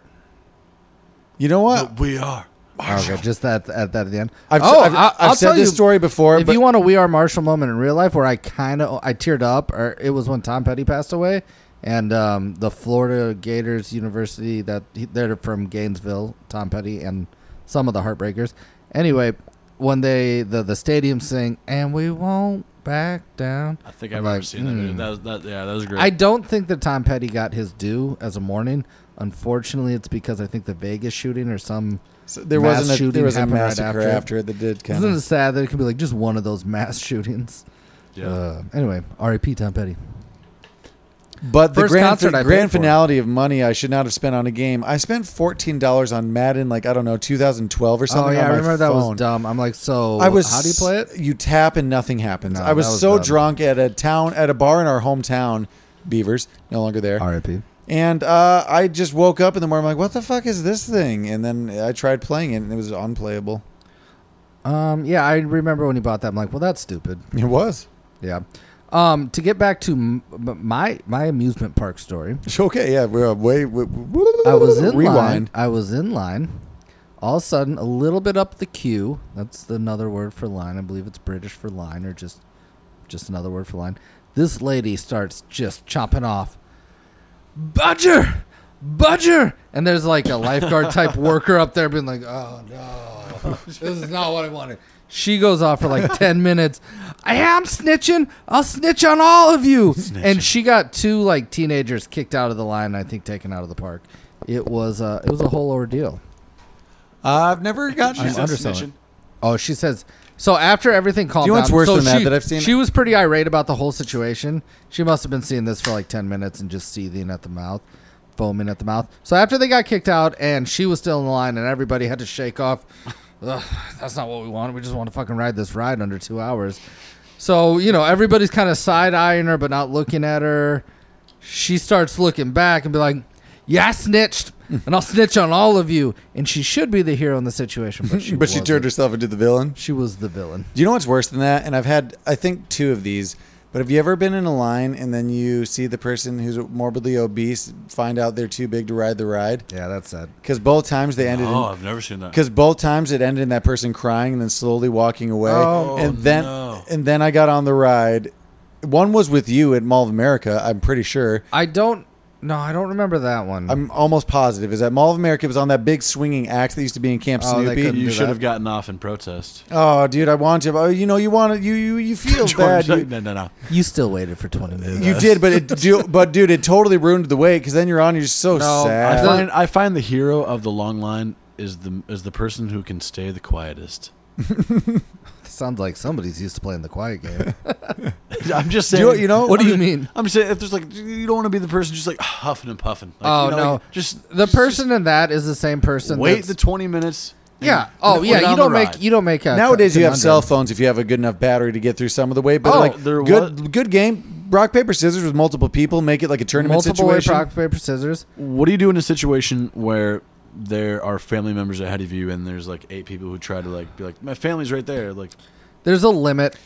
You know what?
But we are.
Okay, just that at that at the end.
I've,
oh,
I've,
I-
I've
I'll
said
tell
this
you,
story before,
If
but
you want a We Are Marshall moment in real life, where I kind of I teared up, or it was when Tom Petty passed away, and um, the Florida Gators University that he- they're from Gainesville, Tom Petty and some of the Heartbreakers. Anyway, when they the the stadium sing and we won't back down.
I think
I'm
I've never
like,
seen that.
hmm.
movie. That was that. Yeah, that was great.
I don't think that Tom Petty got his due as a mourning. Unfortunately, it's because I think the Vegas shooting or some
So there
mass
wasn't a, there
shooting
was a
happened right
massacre
after it.
after it that did kind
Isn't it
of.
sad that it can be like just one of those mass <laughs> shootings?
yeah.
Uh, anyway, R.I.P. Tom Petty.
But the
First
grand,
concert
fi-
I paid
grand
for.
finality of money I should not have spent on a game. I spent fourteen dollars on Madden, like I don't know, two thousand twelve or something.
oh yeah,
on
I
my
remember that
phone.
was dumb. I'm like, so
I was.
how do you play it?
You tap and nothing happens.
No,
I was,
that was
so
dumb.
drunk at a town at a bar in our hometown, Beavers, no longer there.
R.I.P.
And uh, I just woke up in the morning. I'm like, what the fuck is this thing? And then I tried playing it, and it was unplayable.
Um, yeah, I remember when you bought that. I'm like, well, that's stupid.
It was
Yeah. Um, to get back to m- m- my my amusement park story,
okay. Yeah, we're way. We,
I was in
rewind.
line. I was in line. All of a sudden, a little bit up the queue. That's another word for line. I believe it's British for line, or just just another word for line. This lady starts just chopping off, Budger, Budger, and there's like a lifeguard type worker up there being like, "Oh no!" this is not what I wanted. She goes off for like 10 minutes. I am snitching. I'll snitch on all of you. And she got two like teenagers kicked out of the line, I think taken out of the park. It was uh, it was a whole ordeal.
I've never gotten.
I'm
She's not
underselling.
snitching.
Oh, she says. So after everything calmed
you know
down,
what's worse
so
than that
she,
that I've seen?
She was pretty irate about the whole situation. She must have been seeing this for like ten minutes and just seething at the mouth, foaming at the mouth. So after they got kicked out and she was still in the line and everybody had to shake off, Ugh, that's not what we wanted. We just want to fucking ride this ride under two hours. So you know everybody's kind of side eyeing her but not looking at her. She starts looking back and be like, "Yeah, I snitched." And I'll snitch on all of you. And she should be the hero in the situation, but
<laughs>
she
But she
wasn't.
turned herself into the villain.
She was the villain.
Do you know what's worse than that? And I've had, I think, two of these. But have you ever been in a line and then you see the person who's morbidly obese find out they're too big to ride the ride?
Yeah, that's sad.
Because both times they ended.
Oh,
in
I've never seen that.
Because both times it ended in that person crying and then slowly walking away.
Oh,
and then
no.
and then I got on the ride. One was with you at Mall of America, I'm pretty sure.
I don't. No, I don't remember that one.
I'm almost positive. Is that Mall of America was on that big swinging axe that used to be in Camp
Oh, they couldn't
Snoopy?
do
You
that.
should have gotten off in protest.
Oh, dude, I want to. But, you know, you want to. You you you
<laughs>
feel bad.
Jordan's
You,
like, no, no, no.
you still waited for 20 minutes.
You did, but it do, but dude, it totally ruined the wait because then you're on. You're so
No,
I
sad.
Uh,
find I find the hero of the long line is the is the person who can stay the quietest. <laughs>
Sounds like somebody's used to playing the quiet game.
I'm just
Do
saying.
you- you know-
what do you
I'm-
mean?
I'm saying if there's like you don't want to be the person just like huffing and puffing. Like,
Oh,
you know,
no.
like, just
<laughs> The
just-
person in that is the same
just
person.
wait the
that's-
20 minutes. and
yeah.
get
Oh,
on
yeah.
the
You don't
ride.
make. You don't make. A
Nowadays, you have cell
conundrum.
phones if you have a good enough battery to get through some of the wait. But
Oh,
like,
there
good
was-
good game, rock paper scissors with multiple people make it like a tournament
Multiple way
situation.
rock paper scissors.
What do you do in a situation where there are family members ahead of you and there's like eight people who try to like be like my family's right there like
There's a limit.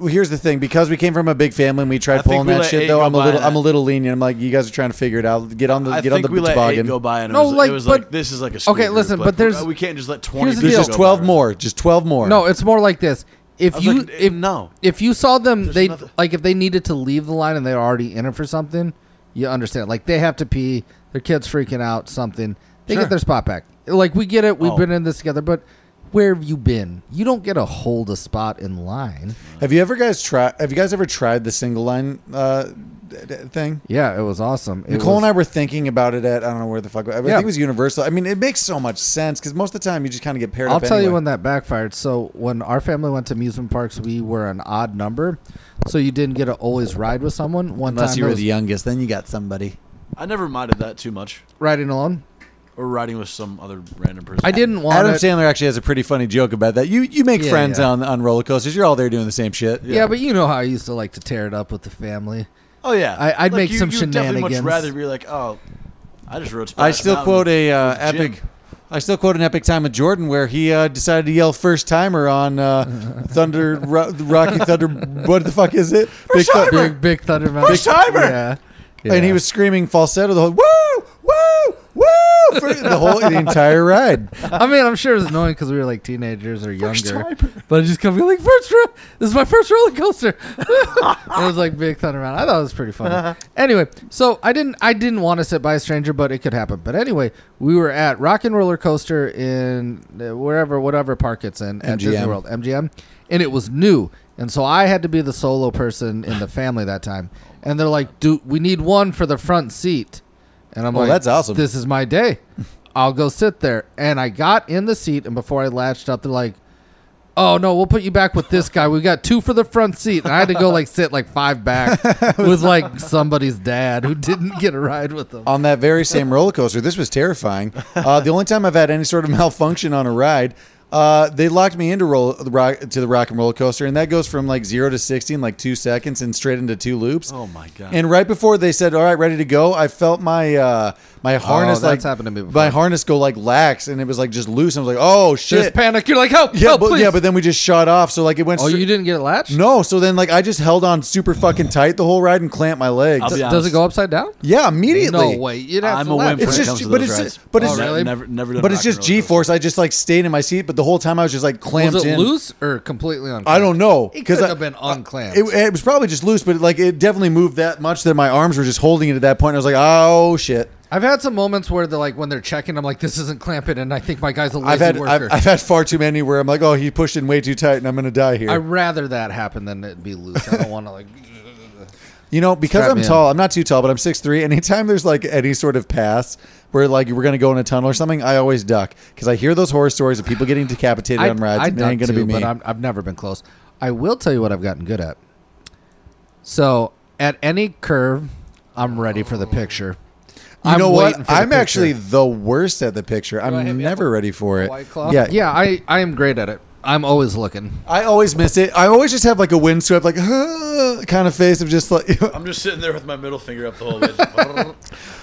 Well, Here's the thing: because we came from a big family and we tried
I think
pulling
we
that
let
shit,
eight
though,
go
I'm a
by
little
that.
I'm a little lenient. I'm like, you guys are trying to figure it out. Get on the
I
get on
think
the
we let eight
toboggan.
go by and it
No,
was, it
like,
was
but-
like this is like a school
Okay,
group,
listen,
like, "Oh,
but there's-
we can't just let 20
here's the
There's
people
deal.
just
go
twelve
by.
more. Just twelve more.
No, it's more like this.
I
If
was
you
like,
if
no
if you saw them,
There's
they
nothing-
like if they needed to leave the line and they're already in it for something, you understand. Like they have to pee, their kids freaking out, something. They
Sure.
get their spot back. Like we get it. We've
Oh.
been in this together, but where have you been? You don't get a hold a spot in line.
Have you ever guys tried? Have you guys ever tried the single line uh, d- d- thing?
Yeah, it was awesome. It
Nicole
was-
and I were thinking about it at I don't know where the fuck I think
Yeah.
it was Universal. I mean, it makes so much sense because most of the time you just kind of get paired
I'll
up.
tell you
anyway.
when that backfired. So when our family went to amusement parks, we were an odd number, so you didn't get to always ride with someone. One time there was
youngest, then you got somebody.
I never minded that too much
riding alone.
or riding with some other random person
I didn't want
Adam
it.
Sandler actually has a pretty funny joke about that. You you make
Yeah,
friends
yeah.
on on roller coasters. You're all there doing the same shit.
Yeah. but you know how I used to like to tear it up with the family.
oh yeah
I- I'd make
you,
some
you would definitely much
shenanigans.
rather be like oh I just rode
I
Splash
still
Mountain
quote a uh,
with Jim.
epic. I still quote an epic time with Jordan where he uh, decided to yell first timer on
<laughs>
uh, Thunder Ro- Rocky Thunder. What the fuck is it? Big Thu-
Big Big Thunder Mountain.
First timer!
Yeah.
And he
Yeah.
was screaming falsetto the whole woo woo woo for the whole the entire ride.
I mean, I'm sure it was annoying because we were like teenagers or younger. But I just come be like first ro- This is my first roller coaster. <laughs> And it was like Big Thunder Mountain. I thought it was pretty
Uh-huh.
funny. anyway, so I didn't I didn't want to sit by a stranger, but it could happen. But anyway, we were at Rock and Roller Coaster in uh, wherever whatever park it's in at Disney
MGM.
World MGM, and it was new. And so I had to be the solo person in the family that time. And they're like, "Dude, we need one for the front seat." And I'm
Oh,
like,
that's awesome.
This is my day. I'll go sit there. And I got in the seat, and before I latched up, they're like, "Oh no, we'll put you back with this guy. We got two for the front seat." And I had to go like sit like
<laughs>
five back with like somebody's dad who didn't get a ride with them.
on that very same roller coaster. This was terrifying. Uh, the only time I've had any sort of malfunction on a ride, uh, they locked me into roll, the rock, to the rock and roller coaster, and that goes from like zero to sixty in like two seconds and straight into two loops.
oh my god
And right before they said, "All right, ready to go," I felt my uh, my harness
Oh, that's
like
happened to me before.
my harness go like lax, and it was like just loose. I was like, "Oh
There's
shit!"
panic. You're like, "Help!
yeah,
help,
but
please!"
yeah, but then we just shot off. So like it went.
oh,
stra-
you didn't get it latched.
no, so then like I just held on super fucking tight the whole ride and clamped my legs.
I'll be
Does it go upside down?
yeah, immediately.
No way. You'd have
I'm
to
a
latch.
wimp when
It's
it
just-
comes to
but
those
it's-
rides.
but
it's- Oh,
Ne-
really?
never, never done
But
a
it's
rock and
just
roller
G force. I just like stayed in my seat, but the the whole time I was just like clamped
Was it
in.
loose or completely unclamped?
I don't know
It
because
could
I-
have been unclamped.
It, it was probably just loose, but like it definitely moved that much that my arms were just holding it at that point. I was like, oh shit.
I've had some moments where they're like when they're checking, I'm like, this isn't clamping, and I think my guy's a lazy
I've had
worker.
I've, I've had far too many where I'm like, oh, he pushed in way too tight, and I'm gonna die here.
I rather that happen than it be loose. I don't want
<laughs>
to like.
You know, because
Strap
I'm
me in.
tall, I'm not too tall, but I'm 6'3. Anytime there's like any sort of pass where like we're going to go in a tunnel or something, I always duck because I hear those horror stories of people getting decapitated on rides. it
done
ain't going to be
too,
me.
But I'm, I've never been close. I will tell you what I've gotten good at. So at any curve, I'm ready for the picture.
you
I'm
know
waiting
what?
for the
I'm
picture.
actually the worst at the picture.
I have
I'm
you
never ready for it.
White Claw?
Yeah.
yeah. I I am great at it. I'm always looking.
I always miss it. I always just have like a windswept, like, <laughs> kind of face of just like, <laughs>
I'm just sitting there with my middle finger up the whole <laughs> way.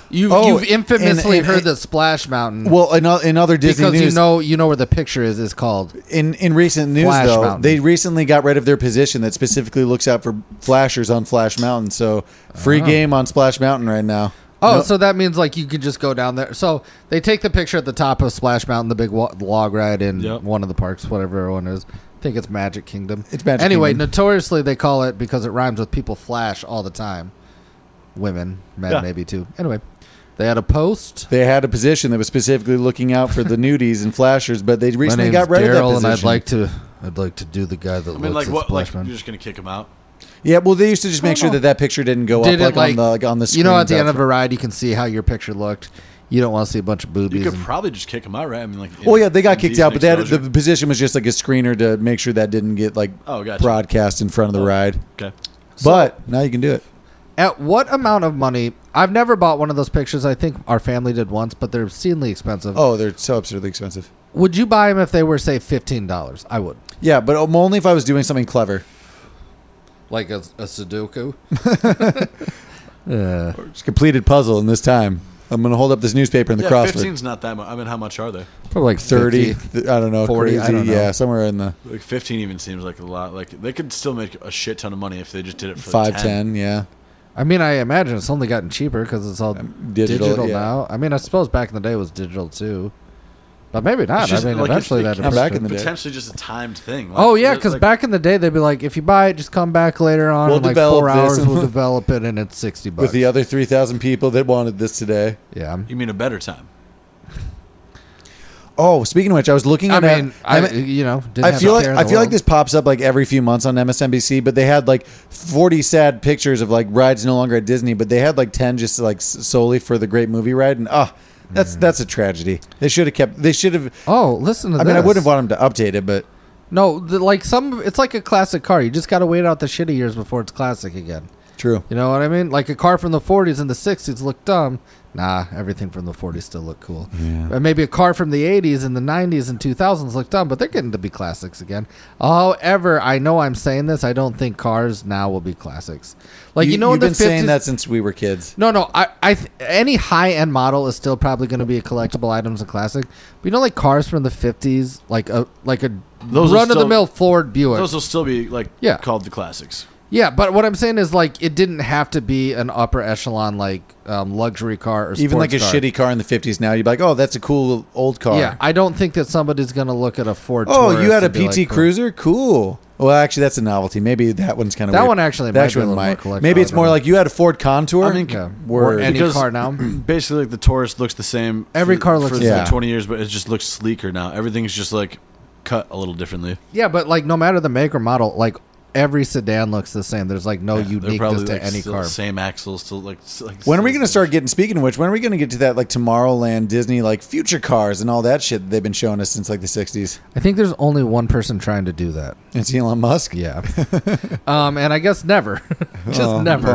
You've,
Oh,
you've infamously
and- and-
heard the Splash Mountain
well, in, o- in other Disney
because
news.
you know you know where the picture is is called.
in in recent news
Flash
though
Mountain.
they recently got rid of their position that specifically looks out for flashers on flash mountain so free game on splash mountain right now
Oh,
No-
so that means like you could just go down there. So they take the picture at the top of Splash Mountain, the big wa- log ride in
Yep.
one of the parks, whatever one is. I think it's Magic Kingdom.
It's Magic
Anyway,
Kingdom.
notoriously they call it because it rhymes with people flash all the time. Women, men
Yeah.
maybe too. Anyway, they had a post.
they had a position that was specifically looking out
<laughs>
for the nudies and flashers but they
My
recently
name's
got rid of that
Daryl,
position
and I'd like to, I'd like to do the guy that
I mean,
looks
like what?
at Splash
Like
Mountain.
you're just gonna kick him out?
yeah well they used to just make sure that that picture didn't go
Did
up
it
like, on the like, on the screen
you know at the end of a ride you can see how your picture looked. You don't want to see a bunch of boobies.
You could
and-
probably just kick him out, right? I mean, like.
well yeah they got kicked
indecent
out but they had,
exposure.
the position was just like a screener to make sure that didn't get like
Oh, gotcha.
broadcast in front of the ride
Okay.
but now you can do it
At what amount of money? I've never bought one of those pictures. I think our family did once, but they're obscenely expensive.
oh they're so absurdly expensive
Would you buy them if they were, say, fifteen dollars? I would.
yeah but only if i was doing something clever
Like a, a <laughs>
<laughs>
Sudoku.
It's a completed puzzle in this time. I'm gonna hold up this newspaper in the
Yeah,
CrossFit.
15's not that much. I mean, how much are they?
Probably like
30,
30.
th- I don't know,
40, I
crazy,
don't know.
yeah, somewhere in the
Like 15 even seems like a lot. Like they could still make a shit ton of money if they just did it for
five
10.
ten, yeah.
I mean, I imagine it's only gotten cheaper because it's all
digital,
digital,
yeah.
now. I mean, I suppose back in the day it was digital too, but maybe not.
It's just
I mean,
like it's-
eventually that.
it-
Back in the day.
Potentially just a timed thing. Like,
Oh yeah,
it's
because
like-
back in the day they'd be like, if you buy it, just come back later on.
We'll
in like
develop
four
this
hours,
and <laughs>
we'll
we'll-
develop it, and it's sixty bucks.
With the other three thousand people that wanted this today.
yeah,
You mean a better time?
Oh, speaking of which, I was looking
I
at.
mean, I,
I'm-
you know, didn't
I
have
feel
a
like
care in
I
the
feel like
world.
this pops up like every few months on MSNBC, but they had like 40 sad pictures of like rides no longer at Disney, but they had like 10 just like s- solely for the Great Movie Ride, and ah,
Mm.
that's that's a tragedy. They should have kept. They should have.
Oh, listen to
I
this.
mean, I wouldn't want them to update it, but
No, the, like some, it's like a classic car. You just got to wait out the shitty years before it's classic again.
true.
You know what I mean? Like a car from the 40s and the 60s looked dumb. Nah, everything from the 40s still looked cool. Or maybe a car from the 80s and the 90s and 2000s looked dumb, but they're getting to be classics again. However, I know I'm saying this. I don't think cars now will be classics. Like you, know,
you've
in the
been
50s,
saying that since we were kids.
No, no. I, I, th- any high end model is still probably going to be a collectible items and classic. But you know, like cars from the fifties, like a like a
Those are
run of the mill Ford Buick.
Those will still be like
Yeah.
called the classics. <clears throat>
yeah, but what I'm saying is, like, it didn't have to be an upper echelon like um, luxury car or
even like
sports
a
car.
shitty car in the 50s now you'd be like oh that's a cool old car
Yeah, I don't think that somebody's going to look at a Ford.
oh you
Taurus
had a
and be
pt
like,
cruiser cool well actually that's a novelty maybe that one's kind of
That
weird.
one actually
that
might be
actually
a little more
might
collectible,
maybe it's
I
more
don't know.
like you had a ford contour
I think-
Yeah, or
Word.
any
Because-
<clears throat>
car now.
Basically, like the Taurus looks the same.
Every car looks
for
the
like
same.
20 years, but it just looks sleeker now. Everything's just like cut a little differently.
yeah, but like, no matter the make or model, like every sedan looks the same. There's like no
They're probably
uniqueness to
like
any
still
car.
same axles, still like. s- like
when are we
still-
going to start getting speaking of which when are we going to get to that like tomorrowland disney like future cars and all that shit that they've been showing us since like the 60s
I think there's only one person trying to do that.
it's elon musk <laughs>
Yeah. um, and I guess never. <laughs> Just
Oh,
never.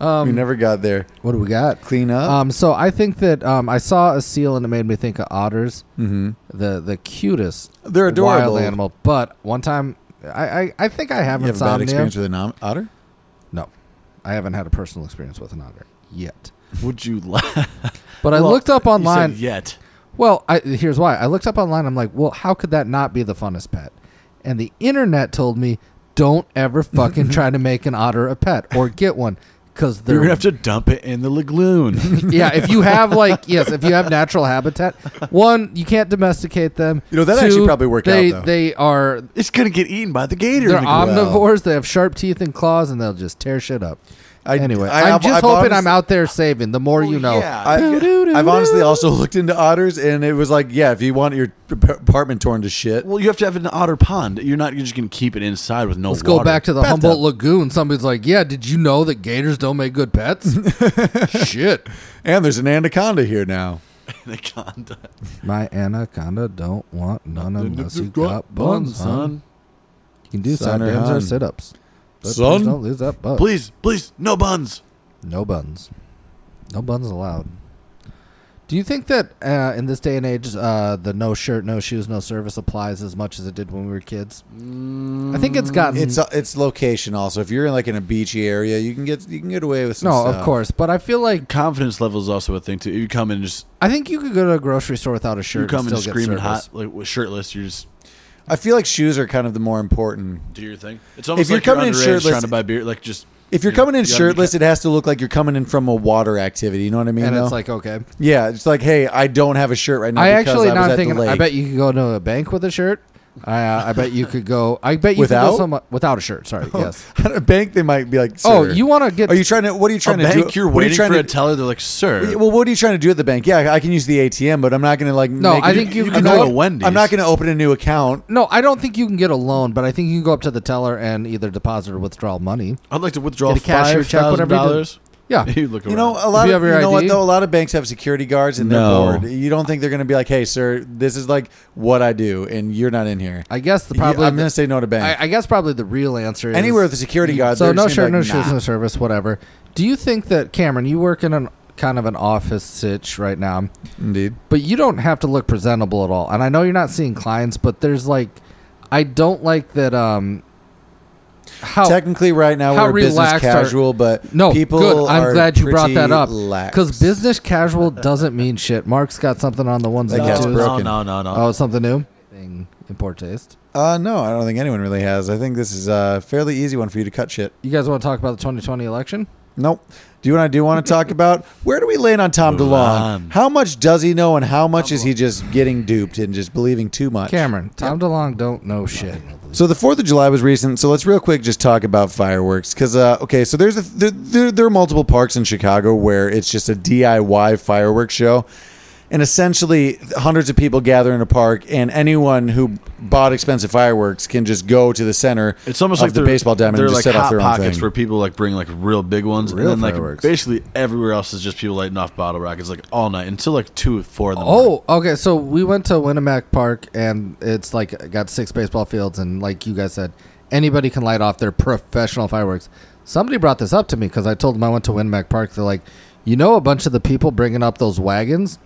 bummer. we never got there
What do we got?
clean up
Um, so I think that um, I saw a seal and it made me think of otters. Mm-hmm. The the cutest.
um, They're adorable.
Wild animal. But one time, I, I, I think I have
you have a bad
insomnia.
experience with an om- otter
no, I haven't had a personal experience with an otter yet.
Would <laughs> you laugh?
But I looked up online.
yet.
Well, I, here's why. I looked up online. I'm like, well, how could that not be the funnest pet? And the internet told me, don't ever fucking try to make an otter a pet or get one because
You're
they're
gonna have to dump it in
<laughs>
the lagoon.
yeah. If you have like yes, if you have natural habitat, one you can't domesticate them.
You know, that'd
Two,
actually probably work out,
they,
though.
They are
it's gonna get eaten by the gator.
they're
in the lagoon.
omnivores. They have sharp teeth and claws, and they'll just tear shit up.
I,
Anyway,
I-
I, am
I've-
just
I've
hoping
honest- Oh,
I'm out there saving. The more you know.
yeah.
I,
Doo-doo-doo-doo.
have honestly also <laughs> looked into otters, and it was like, yeah, if you want your p- apartment torn to shit, <laughs>
Well, you have to have an otter pond. You're not. You're just gonna keep it inside with no.
Let's go back to the
Bathtub.
Humboldt Lagoon. Somebody's like, "Yeah, did you know that gators don't make good pets?" Shit,
and there's an anaconda here now.
anaconda.
my anaconda don't want none unless you got buns, son. You can do
Son
side
or
bends or
hun.
sit-ups, but please
Son?
don't lose that butt.
Please, please, no buns.
No buns. No buns allowed. Do you think that uh, in this day and age, uh, the no shirt, no shoes, no service applies as much as it did when we were kids? I think it's gotten.
It's uh, it's location also. If you're in like in a beachy area, you can get you can get away with some
no, of
stuff.
course, but I feel like
Confidence level is also a thing too. You come in just
I think you could go to a grocery store without a shirt.
you come
and
in
still get
screaming
service.
hot, like with shirtless. You just
I feel like shoes are kind of the more important.
do your thing. It's
If
almost
you're
like you're
coming in
underage
shirtless-
trying to buy beer. Like just
If you're
you-
coming in
you gotta be
shirtless, it has to look like you're coming in from a water activity. You know what I mean?
and
though?
it's like okay.
yeah, it's like, hey, I don't have a shirt right now.
I
because
actually
I was
now
at
I'm
the
thinking. I
lake.
bet you could go to a bank with a shirt. I uh, I bet you could go. I bet you could
Without?
go somewhat, without a shirt.
<laughs>
Sorry. Yes.
at a bank they might be like,
Oh,
"Sir,
you want to get?
Are you trying to? What are you
a
trying to
bank,
do?
you're
what are
waiting
you trying
for
to,
a teller. They're like, sir.
Well, what are you trying to do at the bank? Yeah, I can use the ATM, but I'm not going to like.
No,
make
I
it-
think you
you
can
can
go
go
up-
to Wendy's.
I'm not going to open a new account.
No, I don't think you can get a loan, but I think you can go up to the teller and either deposit or withdraw money.
I'd like to withdraw
Get a cashier
five
check,
thousand
whatever you do.
dollars.
Yeah.
<laughs> You look
You know,
around.
a lot
If you
of
have
you
your
know what
ID?
though. A lot of banks have security guards, and
No.
they're bored. You don't think they're going to be like, "Hey, sir, this is like what I do, and you're not in here."
I guess the
You-
probably
I'm going to say no to bank.
I, I guess probably the real answer is
Anywhere with a security guard,
So
they're
no
just
shirt,
gonna be
no
like,
shoes,
"Nah."
no service, whatever. Do you think that Cameron, you work in an kind of an office sitch right now,
Indeed.
but you don't have to look presentable at all. And I know you're not seeing clients, but there's like I don't like that um how
Technically, right now
Oh, how
we're business
relaxed are-
casual, but
no,
people
good. I'm
are
glad you brought that
pretty
up
lax.
because business casual doesn't mean shit. Mark's got something on the ones
That
and
cat's
twos.
broke.
no,
broken.
no, no, no.
Oh, something new. Thing in poor taste.
Uh, no, I don't think anyone really has. I think this is a fairly easy one for you to cut shit.
You guys want to talk about the 2020 election?
Nope. Do you and I do
<laughs>
want to talk about where do we land on Tom
Move
DeLong?
on.
How much does he know, and how much is he just getting duped and just believing too much?
Cameron, Tom DeLong don't know shit.
So the Fourth of July was recent. So let's real quick just talk about fireworks because uh, okay, so there's a, there, there there are multiple parks in Chicago where it's just a DIY fireworks show, and essentially hundreds of people gather in a park, and anyone who bought expensive fireworks can just go to the center.
It's almost
of
like
the
they're-
baseball diamond
They're
and just
like
set
hot
off their own
pockets
thing.
where people like bring like real big ones,
Real
and then like
fireworks.
basically everywhere else is just people lighting off bottle rockets like all night until like two or four in the morning.
Oh, okay. So we went to Winnemac Park, and it's like got six baseball fields, and like you guys said, anybody can light off their professional fireworks. Somebody brought this up to me because I told them I went to Winnemac Park. They're like, you know, a bunch of the people bringing up those wagons,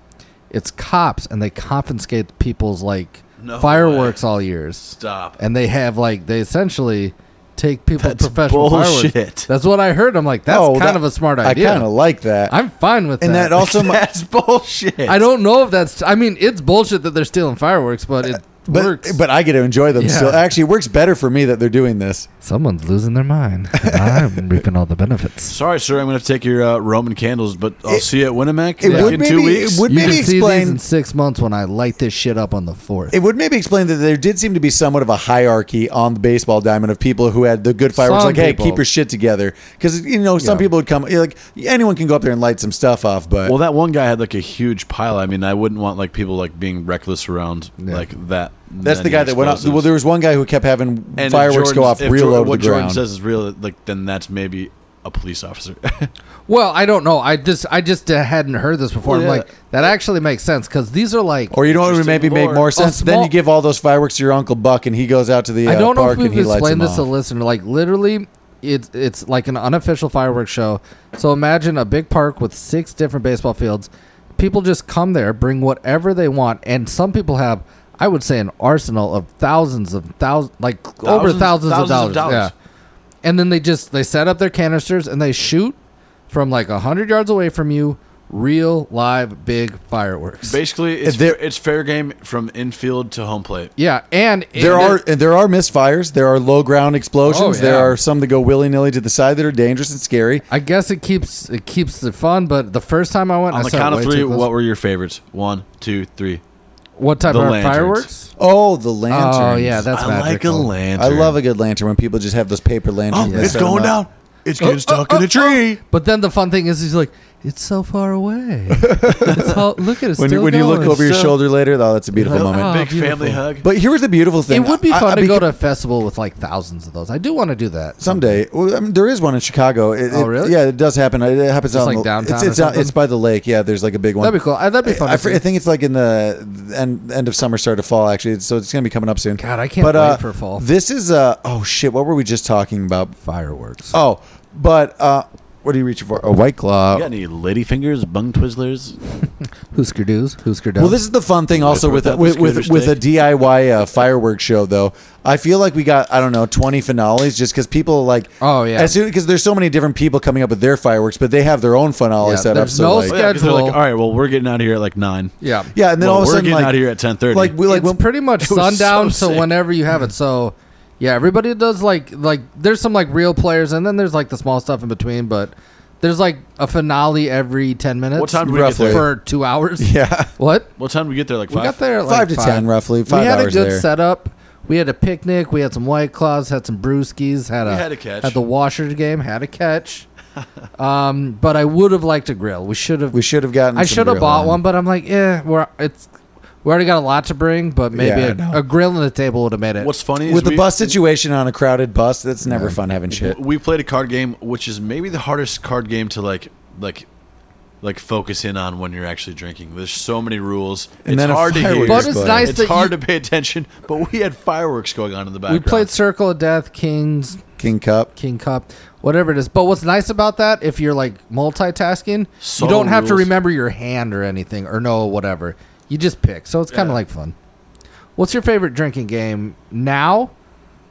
it's cops, and they confiscate people's like
No
fireworks all years,
stop!
and they have like they essentially take people
That's
professional fireworks.
bullshit.
That's what I heard. I'm like, that's
Oh,
kind
that-
of a smart
I
idea.
kind of like that.
I'm fine with
and that <laughs>
<laughs>
also
That's bullshit.
I don't know if that's. I mean, it's bullshit that they're stealing fireworks, but it
Uh, but,
works.
But I get to enjoy them
Yeah.
still. Actually, it works better for me that they're doing this.
someone's losing their mind. <laughs> and I'm reaping all the benefits.
Sorry, sir. I'm gonna have to take your uh, Roman candles, but I'll
It-
see you at Winnemac
it
like,
would
in
maybe-
two weeks.
it would-
You
maybe
can see these
explain-
in six months when I light this shit up on the fourth.
It would maybe explain that there did seem to be somewhat of a hierarchy on the baseball diamond of people who had the good fireworks,
Some
like, hey,
people.
keep your shit together. Because, you know, some
Yeah.
people would come, you're like, anyone can go up there and light some stuff off, but
well, that one guy had like a huge pile. I mean, I wouldn't want like people like being reckless around like that.
that's the
many
guy that went up.
explosives.
Well, there was one guy who kept having
And if
fireworks go
Jordan's-
off
if
real
Jordan-
low to the
What Jordan
ground.
says is real. Like then that's maybe a police officer. <laughs>
well, I don't know. I just I just uh, hadn't heard this before.
Yeah.
I'm like, that actually makes sense because these are like.
or you know what would maybe
Interesting
make more
lore.
sense?
A
then
small-
you give all those fireworks to your Uncle Buck and he goes out to the uh,
I don't know if
park and
we've
he lights them
explained this to
off.
listeners. Like literally, it's it's like an unofficial fireworks show. So imagine a big park with six different baseball fields. People just come there, bring whatever they want, and some people have, I would say, an arsenal of thousands of thousands, like over
Thousands-
thousands, of, dollars.
thousands of dollars.
Yeah. And then they just they set up their canisters and they shoot from like a hundred yards away from you real live big fireworks.
Basically, it's,
There-
it's fair game from infield to home plate.
yeah, and and
There are
it-
and there are misfires. There are low ground explosions.
Oh,
There
yeah.
are some that go willy nilly to the side that are dangerous and scary.
I guess it keeps it keeps the fun, but the first time I went,
On
I
the
saw
count
way
of three,
too close.
what were your favorites? One, two, three.
what type
the
of
lanterns?
fireworks?
Oh, the lanterns!
Oh yeah, that's
I like a
magical.
I
lantern.
love a good lantern when people just have those paper lanterns.
Oh,
and they
it's
set 'em
going
up.
down. It's
Oh,
getting stuck in a tree.
But then the fun thing is, he's like, it's so far away. it's all, look at it.
When,
still
you, when you look
going.
over your
So-
shoulder later, oh, that's a beautiful
Oh,
moment.
ah.
Big family
beautiful.
hug.
But here's the beautiful thing:
It would be
oh. I-
fun
I
to go
beca-
to a festival with like thousands of those. I do want to do that.
Someday, well, I mean, there is one in Chicago. It-
Oh,
it-
really?
yeah, it does happen. It it happens
Just
out
like
in the-
downtown
It's
or
it's, out-
something?
it's by the lake. Yeah, there's like a big one.
That'd be cool. I, that'd be fun.
I,
to
fr-
see.
I think it's like in the end end of summer, start of fall, actually. So it's gonna be coming up soon.
God, I can't
but,
wait
uh,
for fall.
This is uh oh shit. What were we just talking about?
fireworks.
Oh, but uh, what are you reaching for? A white claw.
You got any lady fingers, bung twizzlers?
Husker Du's, Husker Du's.
Well, this is the fun thing also with
With-
a, with with,
with- with
with a
scooter
DIY uh, fireworks show though. I feel like we got I don't know twenty finales just because people like
Oh, yeah.
as soon because there's so many different people coming up with their fireworks, but they have their own finale
Yeah,
set up.
there's
So
no
like,
sca-
Yeah, 'cause they're
Schedule.
like, all right, well, we're getting out of here at like nine.
yeah,
yeah, and then
Well,
all of a
we're
sudden
getting
like
out here at 10:30.
Like we like
it's
when- <laughs>
pretty much
it was
sundown
so
so
sick.
whenever you have it. So yeah, everybody does like like there's some like real players and then there's like the small stuff in between, but there's like a finale every ten minutes.
What time do we get
Roughly.
there?
for two hours?
<laughs> yeah,
What?
What time do we get there? Like
We
five.
got there at
five
like
to ten roughly. Five
we had
hours
a good
there.
setup. We had a picnic. We had some white claws. Had some brewskis. Had a
had a catch.
Had the washer game. Had a catch. <laughs> um, but I would have liked a grill. We should have.
We should have gotten.
I
some
should have
grill
bought
on.
one, but I'm like, yeah, we're it's we already got a lot to bring, but maybe
Yeah,
a,
I know.
a grill and a table would have made it.
What's funny is
with the
we-
bus situation on a crowded bus. That's never fun having shit.
we played a card game which is maybe the hardest card game to like like like focus in on when you're actually drinking there's so many rules
And
it's
then a
hard to hear
fireworks
But it's
display.
nice
it's
that
hard
you-
to pay attention but we had fireworks going on in the
we
background
played Circle of Death, Kings,
King Cup.
King Cup, whatever it is. But what's nice about that, if you're like multitasking,
Solo
you don't have to
rules.
remember your hand or anything or know whatever. You just pick, so it's kind
Yeah.
of like fun. What's your favorite drinking game now?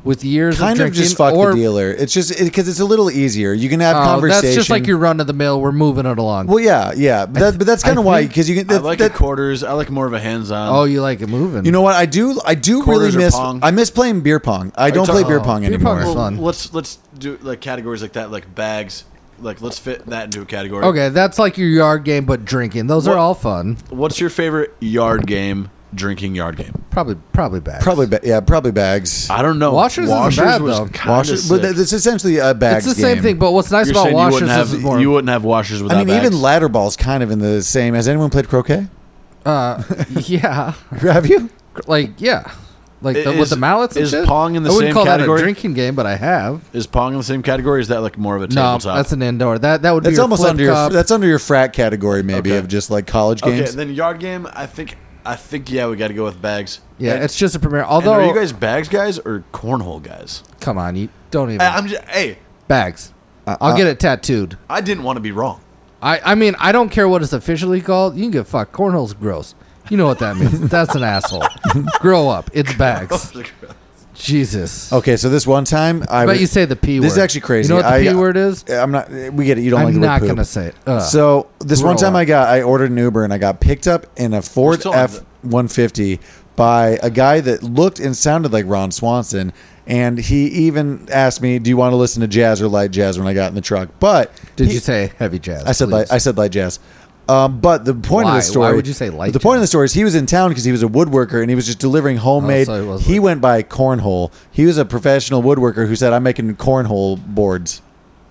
With years
Kind
of
of
drinking,
just fuck
or
the dealer. It's just because it's a little easier. You can have
Oh,
conversation.
that's just like your run of the mill. We're moving it along.
Well, yeah, yeah, but, that, but that's
I
kind of why
think-
because you can.
i
That,
like
that-
the quarters i like more of a hands-on
oh, you like it moving?
you know what? I do. I do really
Quarters or
miss.
pong?
I miss playing beer pong. I don't play
talking-
beer
Oh,
pong
beer
anymore.
pong is fun.
let's let's do like categories like that like bags like let's fit that into a category
Okay, that's like your yard game, but drinking. Those are
What-
all fun.
what's your favorite yard game drinking yard game
Probably, probably bad.
Probably, ba- yeah, probably bags.
i don't know
Washers isn't bad,
was
though.
kinda
Washers, but
sick.
th- it's essentially a
It's
bags.
the same
game.
thing, but what's nice
You're
about
saying you
washers
wouldn't have
is more.
you wouldn't have washers without
I mean,
bags.
even ladder ball's kind of in the same. Has anyone played croquet? <laughs>
uh, <laughs> yeah,
Have you?
like yeah, like the,
Is-
with the mallets. And
is
shit?
Pong in the
I wouldn't
same
call
category?
That a drinking game, but I have.
Is Pong in the same category? Or is that like more of a
No,
tabletop?
that's an indoor. That that would be
That's
your
almost
flip
under your.
cup.
That's under your frat category, maybe
Okay.
of just like college
okay.
games.
Then yard game. I think. I think yeah, we got to go with bags.
yeah,
And-
it's just a premiere.
and
Although,
are you guys bags guys or cornhole guys?
come on, you don't even
I, I'm just hey.
bags. I'll get it tattooed.
I didn't want to be wrong. <laughs>
I I mean, I don't care what it's officially called. You can get fucked. Cornhole's gross. You know what
<laughs>
that means. That's an asshole. Grow up. It's bags. Jesus.
okay, so this one time, Oh, I
I bet
was-
you say the p word.
This is actually crazy.
You know what the
I-
p word is?
I'm not. We get it. You don't
I'm
like the word
not
poop.
gonna say it. Uh,
Uh,
Ugh.
So this one
Roll
time
up.
I got I ordered an Uber and I got picked up in a Ford
still on
F one fifty by a guy that looked and sounded like Ron Swanson and he even asked me, Do you want to listen to jazz or light jazz when I got in the truck? But
did
he-
you say heavy jazz?
I said
please?
light I said light jazz. Um, but the point of
Why?
the story
Why would you say light
The point of
jazz? Oh,
the story is he was in town because he was a woodworker and he was just delivering homemade
so he was
he
like-
went by cornhole. He was a professional woodworker who said, I'm making cornhole boards.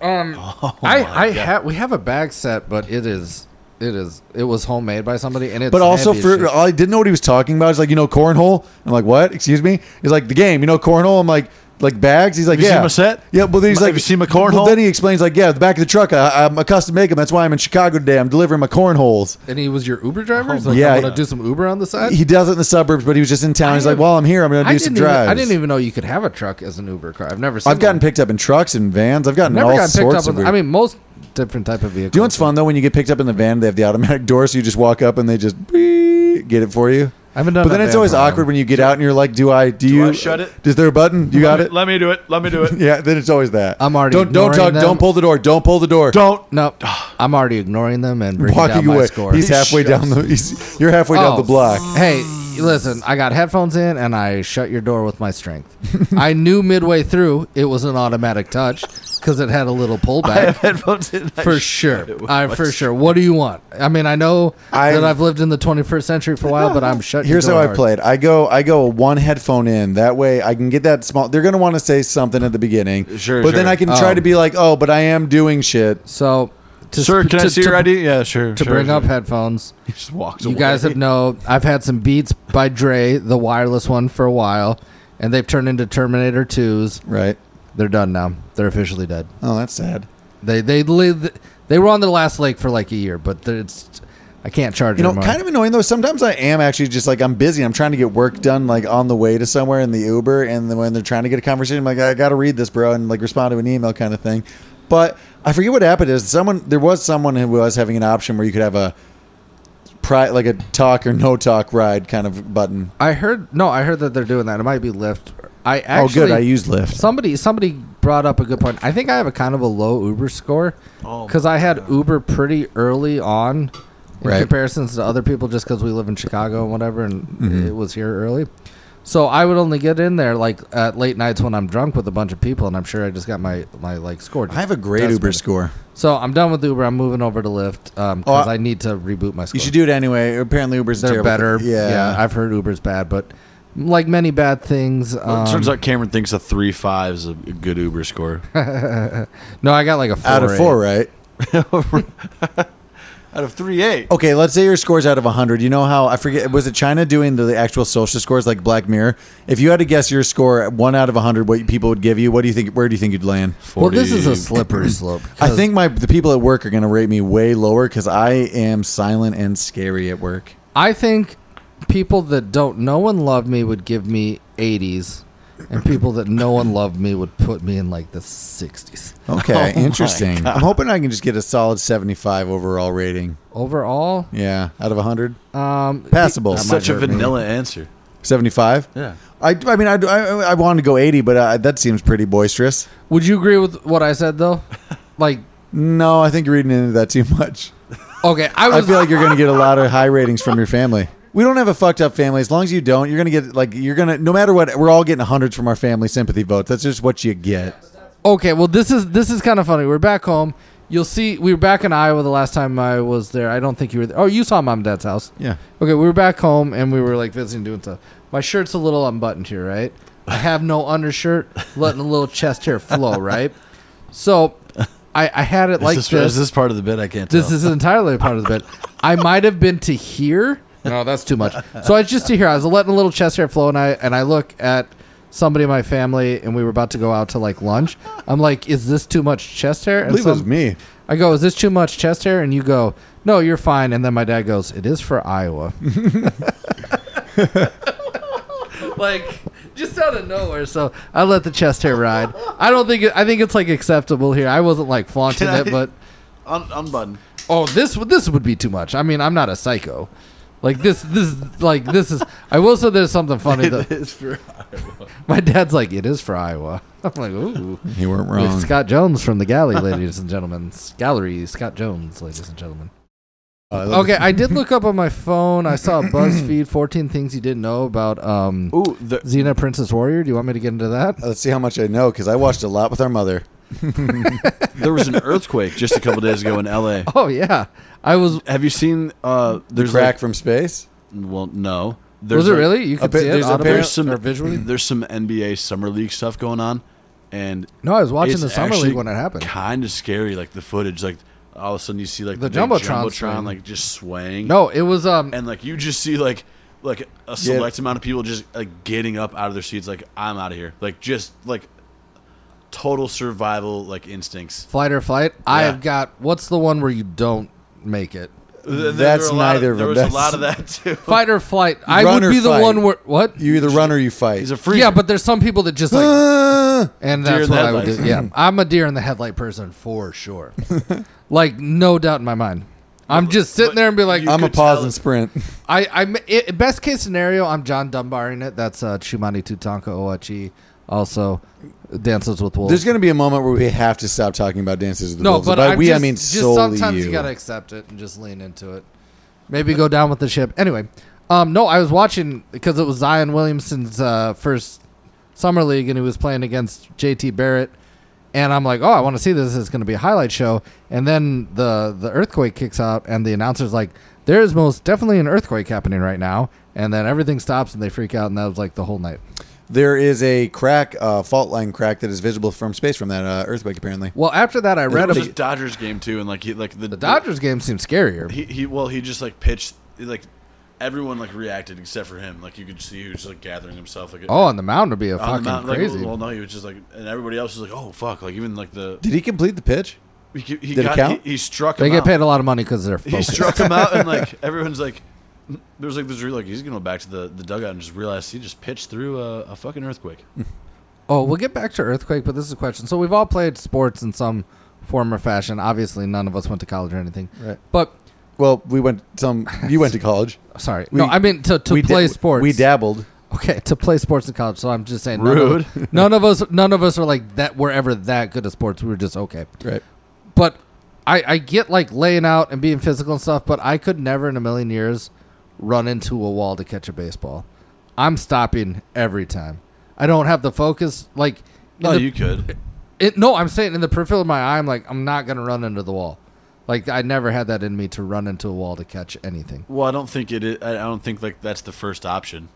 I, I ha- we have a bag set, but it is it is it was homemade by somebody, and it's
But also
heavy as
for
shit.
I didn't know what he was talking about. He's like, you know, cornhole. I'm like, what? Excuse me. He's like, the game. You know, cornhole. I'm like, like bags. He's like,
you
yeah.
seen my set?
Yeah. Well, then he's
Have
like,
you seen my
Well,
cornhole?
then he explains like, yeah, the back of the truck. I, I'm accustomed to making. 'em. That's why I'm in Chicago today. I'm delivering my cornholes.
and he was your Uber driver. He's
my
like,
Yeah,
I want
I-
to do some Uber on the side.
He does it in the suburbs, but he was just in town. He's like,
have-
well, I'm here. I'm gonna
I
do
Uh, didn't
some
even,
drives.
I didn't even know you could have a truck as an Uber car. I've never. Seen
I've gotten
one.
picked up in trucks and vans. I've gotten
Never
all
gotten picked
sorts of.
up. On,
weird-
I mean, most different type of vehicle.
do you know what's fun though? When you get picked up in the van, they have the automatic door, so you just walk up and they just beep, get it for you.
I haven't done
But then
a
it's
band
always
for a while.
awkward when you get out and you're like, "Do I? Do, you
I shut it?
Is there a button? You got
Let me-
it?
Let me do it. Let me do
<laughs>
it.
yeah. Then it's always that.
I'm already
Don't don't
ignoring
talk.
them.
Don't pull the door. Don't pull the door.
Don't.
No,
<sighs>
I'm already ignoring them and bringing down
Walking
my
away.
score.
He's
<laughs>
halfway
Shucks.
down the. He's, you're halfway down
Oh.
the block.
Hey, listen, I got headphones in and I shut your door with my strength. I knew midway through it was an automatic touch because it had a little
I have
pullback.
headphones in. I
For
shut
sure.
it with
I
my
for sure. What do you want? I mean, I know
I've-
that I've lived in the 21st century for a while, but I'm shut. your
Here's
door
how I
hard.
play it. I go I go one headphone in. That way I can get that small they're gonna want to say something at the beginning.
Sure,
But then
sure.
I can try
Um,
to be like, oh, but I am doing shit.
So, to,
Sir,
sp-
can I
to-
see
to-
your ID? Yeah, sure.
To
sure,
bring
sure. <laughs>
up headphones,
he just walks
you guys have know I've had some Beats by Dre, the wireless one, for a while, and they've turned into Terminator twos.
Right.
They're done now. They're officially dead.
Oh, that's sad.
They they lived, they were on the last leg for like a year, but there- it's I can't charge
You know,
anymore.
kind of annoying though. Sometimes I am actually just like I'm busy. I'm trying to get work done, like on the way to somewhere in the Uber, and then when they're trying to get a conversation, I'm like I got to read this, bro, and like respond to an email kind of thing. But I forget what happened. Is someone there was someone who was having an option where you could have a pri like a talk or no talk ride kind of button.
I heard no, I heard that they're doing that. It might be Lyft. I
oh,
actually
good. I use Lyft.
somebody somebody brought up a good point. I think I have a kind of a low Uber score
Oh,
because I had Uber pretty early on in
Right.
comparisons to other people, just because we live in Chicago and whatever, and
Mm-hmm.
it was here early. So I would only get in there like at late nights when I'm drunk with a bunch of people, and I'm sure I just got my my like score.
I have a great Uber
decimated.
score.
So I'm done with Uber. I'm moving over to Lyft because
Oh, I-
I need to reboot my score.
You should do it anyway. Apparently, Uber's a
They're
terrible.
better.
thing. Yeah.
I've heard Uber's bad, but like many bad things, um,
Well, it turns out Cameron thinks a three five is a good Uber
<laughs>
score.
no, I got like a four
out of
eight.
four, right?
Out of three eight.
Okay, let's say your score's out of 100. You know how I forget was it China doing the, the actual social scores like Black Mirror? If you had to guess your score at 1 out of 100 what people would give you, what do you think where do you think you'd land?
Well, this is a slippery slope.
I
'cause
think my the people at work are going to rate me way lower cuz I am silent and scary at work.
I think people that don't know and love me would give me 80s, and people that know and love me would put me in like the 60s.
<laughs> Okay,
Oh my
interesting. I'm hoping I can just get a solid 75 overall rating.
Overall,
Yeah, out of 100.
um,
Passable.
that might
Such a
hurt me.
vanilla answer.
75?
Yeah.
I, I mean I, I, I want to go 80, but I, that seems pretty boisterous.
Would you agree with what I said <laughs> though? Like,
No, I think you're reading into that too much.
okay, I
I
was
feel like you're going to get a lot of high ratings from your family. We don't have a fucked up family. As long as you don't, you're going to get like you're going to no matter what. We're all getting hundreds from our family sympathy votes. That's just what you get.
Okay, well this is this is kind of funny. We're back home. You'll see we were back in Iowa the last time I was there. I don't think you were there. Oh, you saw mom and dad's house.
Yeah.
Okay, we were back home and we were like visiting doing stuff. My shirt's a little unbuttoned here, right? I have no undershirt, letting a little chest hair flow, right? So I, I had it like
is, this,
this.
is this part of the bit I can't
This
tell?
is entirely a part of the bit. I might have been to here. No, that's too much. So I was just to here. I was letting a little chest hair flow, and I and I look at somebody in my family, and we were about to go out to like lunch. I'm like, "Is this too much chest hair?"
I
And
believe it was
some-
me.
I go, "Is this too much chest hair?" And you go, "No, you're fine." And then my dad goes, "It is for Iowa." <laughs> like just out of nowhere. So I let the chest hair ride. I don't think it, I think it's like acceptable here. I wasn't like flaunting
Can I-
it, but.
Un- unbutton.
Oh, this would this would be too much. I mean, I'm not a psycho. Like this, this, like this is. I will say there's something funny though.
<laughs> It's for
My dad's like, it is for Iowa. <laughs> I'm like, ooh.
You weren't
With
wrong.
Scott Jones from the galley, ladies and gentlemen. Gallery, Scott Jones, ladies and gentlemen.
Uh,
Okay, I did
<laughs>
look up on my phone. I saw BuzzFeed 14 things you didn't know about um,
Ooh, the,
Xena Princess Warrior. Do you want me to get into that? <laughs>
Let's see how much I know because I watched a lot with our mother.
there was an earthquake just a couple days ago in L.A.
Oh yeah, I was.
Have you seen? Uh, there's
Crack from space.
Like, well, no. There's
Was it
like-
really? You
a
could
bit-
see it
there's a
audibly
pair-
There's some
or visually.
There's some NBA summer league stuff going on, and
No, I was watching
it's
the summer
actually
league when it happened.
Kind of scary, like the footage. Like all of a sudden you see like the,
The
big
Jumbotron
jumbotron,
thing.
like just swaying.
No, it was um.
and like you just see like like a select amount of people just like getting up out of their seats. Like I'm out of here. Like just like total survival like instincts.
Flight or flight. I have got what's the one where you don't make it?
Th- there
That's
were a lot
neither of them.
There was a
That's-
lot of that too.
Fight or flight. I
Run
would
or
be the
fight.
one where what?
You either run or you fight.
He's a freak.
Yeah, but there's some people that
<gasps>
just like
Ah!
and
Deer
that's
in the
what I would do.
<laughs> headlights. <laughs>
Yeah, I'm a deer in the headlight person for sure. like no doubt in my mind. I'm just sitting
but
there and be like,
you
I'm,
I'm a
could
pause
tell-
and
<laughs>
sprint.
I, I'm it, best case scenario, I'm John Dunbar in it. That's uh, Chumani Tutanka Oachi, also Dances with Wolves.
There's going to be a moment where we have to stop talking about Dances with the
no,
Wolves.
but
By
I'm
we,
just,
I mean
just
solely
sometimes you.
you.
gotta accept it and just lean into it. Maybe go down with the ship. Anyway, um, no, I was watching because it was Zion Williamson's uh, first summer league, and he was playing against J.T. Barrett. And I'm like, oh, I want to see this. It's going to be a highlight show. And then the the earthquake kicks out, and the announcer's like, there is most definitely an earthquake happening right now. And then everything stops, and they freak out, and that was like the whole night.
There is a crack, uh, fault line crack that is visible from space from that uh, earthquake, apparently.
Well, after that, I
It
read
was a
about
Dodgers game too, and like he like the,
the Dodgers game seemed scarier.
He, he well he just like pitched like everyone like reacted except for him. Like you could see he was just like gathering himself like
Oh, on the mountain would be a
on
fucking
the mountain. Like,
crazy.
well, no, he was just like and everybody else was like oh fuck like even like the
Did he complete the pitch?
he, he
Did it
got
count?
He, he struck.
They
him
get
out.
paid a lot of money because they're
He
<laughs> focused.
struck him out and like everyone's like. There's like this real like he's gonna go back to the, the dugout and just realize he just pitched through a, a fucking earthquake.
oh, we'll get back to earthquake, but this is a question. So we've all played sports in some form or fashion. Obviously, none of us went to college or anything.
Right.
But
Well, we went some. You
<laughs>
went to college.
sorry,
We-
no, I mean to, to
we
play
da-
sports.
We dabbled.
okay to play sports in college. So I'm just saying, none of-
Rude.
<laughs> None of, us, none of us are like that. We're ever that good at sports. We were just okay.
Right.
But I, I get like laying out and being physical and stuff. But I could never in a million years run into a wall to catch a baseball. I'm stopping every time. I don't have the focus. Like in
No,
the-
you could.
It, no, I'm saying in the peripheral of my eye, I'm like, I'm not going to run into the wall. Like, I never had that in me to run into a wall to catch anything.
Well, I don't think it. Is, I I don't think like that's the first option.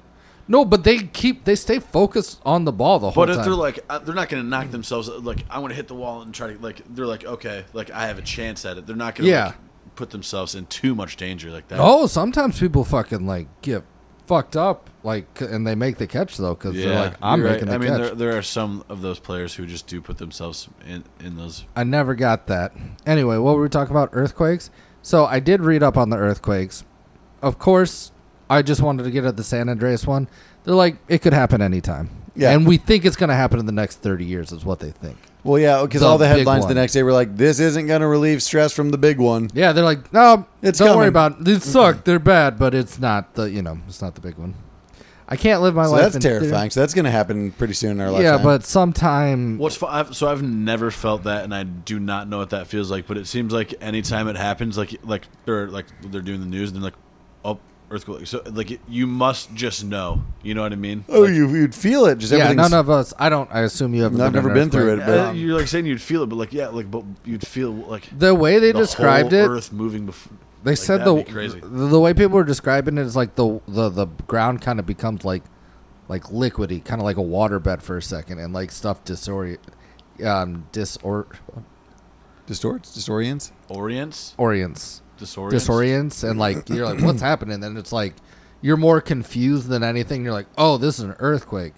No, but they keep, they stay focused on the ball the whole
But if
time.
they're like, uh, they're not going to knock themselves. uh, Like, I want to hit the wall and try to like. They're like, okay, like I have a chance at it. They're not going to
Yeah.
like, put themselves in too much danger like that.
oh, sometimes people fucking like get fucked up, like, and they make the catch though, because they're like, I'm
you're right.
making
I
the
mean,
catch.
there, there are some of those players who just do put themselves in in those.
I never got that. Anyway, what were we talking about? Earthquakes. So I did read up on the earthquakes. Of course, I just wanted to get at the San Andreas one. They're like, it could happen anytime.
Yeah.
And we think it's going to happen in the next 30 years, is what they think.
Well, yeah, because
The
all the
big
headlines the
one.
next day were like, "This isn't going to relieve stress from the big one."
Yeah, they're like, no,
It's
don't worry
coming."
about it. They suck. They're bad, but it's not the, you know, it's not the big one. I can't live my
So
life.
that's
in fear.
terrifying. So that's going to happen pretty soon in our lifetime.
Yeah, but sometime.
What's fu- I've, so I've never felt that, and I do not know what that feels like. But it seems like anytime it happens, like like they're like they're doing the news, and they're like, oh, earthquake. So like you must just know. You know what I mean?
oh,
Like,
you, you'd feel it. Just
Yeah,
everything's
none of us. I don't. I assume you haven't.
No, I've
been in
never
an
been through
earthquake.
it, but-
Uh, you're like saying you'd feel it, but like yeah, like but you'd feel like
the way they
the
described
whole
it,
Earth moving before.
They said the,
that'd be crazy.
the the way people were describing it is like the the the ground kind of becomes like like liquidy, kind of like a waterbed for a second, and like stuff disorient um disor
distorts, disorients.
Orients,
orients
disorients.
disorients, and like you're like what's happening, and it's like you're more confused than anything. You're like oh this is an earthquake,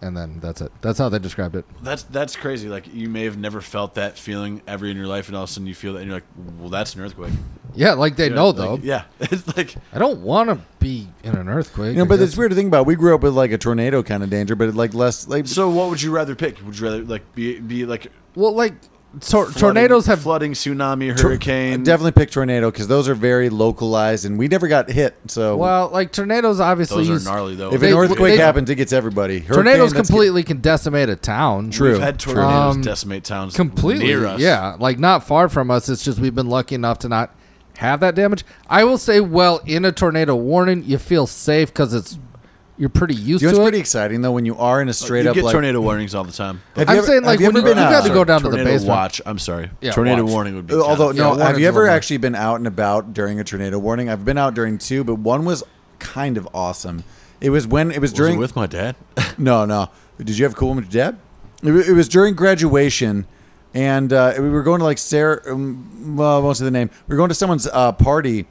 and then that's it. That's how they described it.
That's that's crazy. Like you may have never felt that feeling ever in your life, and all of a sudden you feel that, and you're like, "Well, that's an earthquake."
Yeah, like they
You
know
like,
though.
yeah, <laughs> it's like
I don't want to be in an earthquake.
You know,
I
but
guess.
it's weird to think about. We grew up with like a tornado kind of danger, but like less. Like,
so. What would you rather pick? Would you rather like be be like
well like tor-
flooding-
tornadoes have
flooding, tsunami,
tor-
hurricane?
definitely pick tornado because those are very localized, and we never got hit. So
Well, like tornadoes, obviously.
those are
use-
gnarly though.
if
they-
an earthquake
they-
happens, it gets everybody. Hurricane,
Tornadoes
that's-
completely can decimate a town.
True.
We've had tornadoes
Um,
decimate towns
Completely.
near us.
Yeah, like not far from us. It's just we've been lucky enough to not have that damage. I will say, well, in a tornado warning, you feel safe because it's you're pretty
You know,
used to
it's
it.
pretty exciting though when you are in a straight
Uh, you
up
get
like.
tornado warnings all the time.
Have
I'm
you ever-
saying,
have
like,
you
when
ever
you-
been
you
out?
gotta go down to the
tornado
basement.
watch. I'm sorry.
Yeah,
tornado
watch.
warning would be.
Uh, Although
kinda-
no, have
Yeah,
you
warnings
ever
will work.
actually been out and about during a tornado warning? I've been out during two, but one was kind of awesome. It was when it was
Was it
during
with my dad.
<laughs> no no. Did you have a cool one with your dad? It, wa- it was during graduation, and uh, we were going to like Sarah. Um, well, I won't say the name. We were going to someone's uh, party,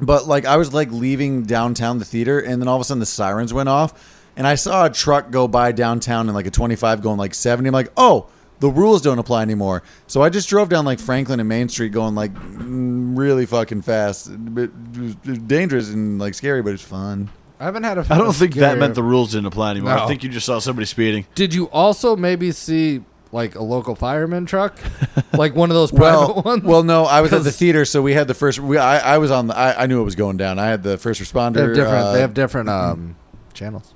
but like I was like leaving downtown the theater, and then all of a sudden the sirens went off, and I saw a truck go by downtown in like a 25 going like 70. I'm like, oh, the rules don't apply anymore. So I just drove down like Franklin and Main Street going like mm, really fucking fast. It was it was dangerous and like scary, but it's fun.
I haven't had a.
I don't think that
scarier-
meant the rules didn't apply anymore. I
No.
think you just saw somebody speeding.
Did you also maybe see like a local
<laughs>
fireman truck, like one of those private <laughs>
Well,
ones.
well, no, I was at the
'Cause-
theater, so we had the first. We, I, I was on. The, I, I knew it was going down. I had the first responder.
they have different.
uh,
they
<clears throat>
have different um, channels.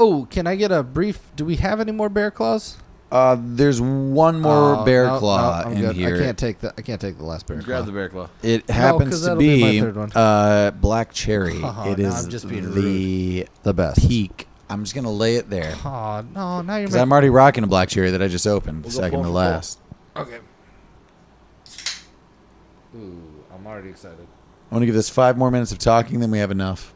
Oh, can I get a brief? Do we have any more bear claws?
uh, there's one more
Oh,
bear
no, no,
claw
I'm
in
good.
here.
I can't take the. I can't take the last bear claw.
Grab the bear claw.
It
'cause
happens to
that'll be my
be,
third one.
uh, black cherry.
Oh,
it
no,
is
I'm just being
the
The best.
peak. I'm just gonna lay it there
Oh no! Now you're
because I'm
making,
already rocking a black cherry that I just opened,
We'll go
second
pull
to
for
last.
okay. Ooh, I'm already excited.
I want to give this five more minutes of talking, then we have enough.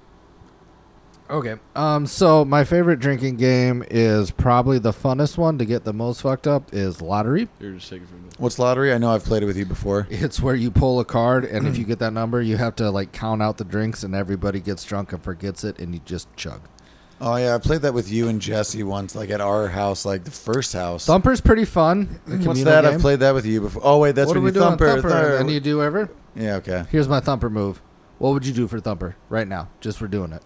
Okay. Um. So my favorite drinking game is probably the funnest one to get the most fucked up is lottery. <laughs>
You're just taking from me.
What's lottery? I know I've played it with you before.
It's where you pull a card, and
Mm.
if you get that number, you have to like count out the drinks, and everybody gets drunk and forgets it, and you just chug.
Oh yeah, I played that with you and Jesse once, like at our house, like the first house.
Thumper's pretty fun. a
What's
communal
that? I've
game.
played that with you before. Oh wait, that's
what
when
are we
you
doing?
thumper.
Thumper.
thumper.
And you do ever?
yeah, okay.
Here's my thumper move. What would you do for thumper right now? Just for doing it.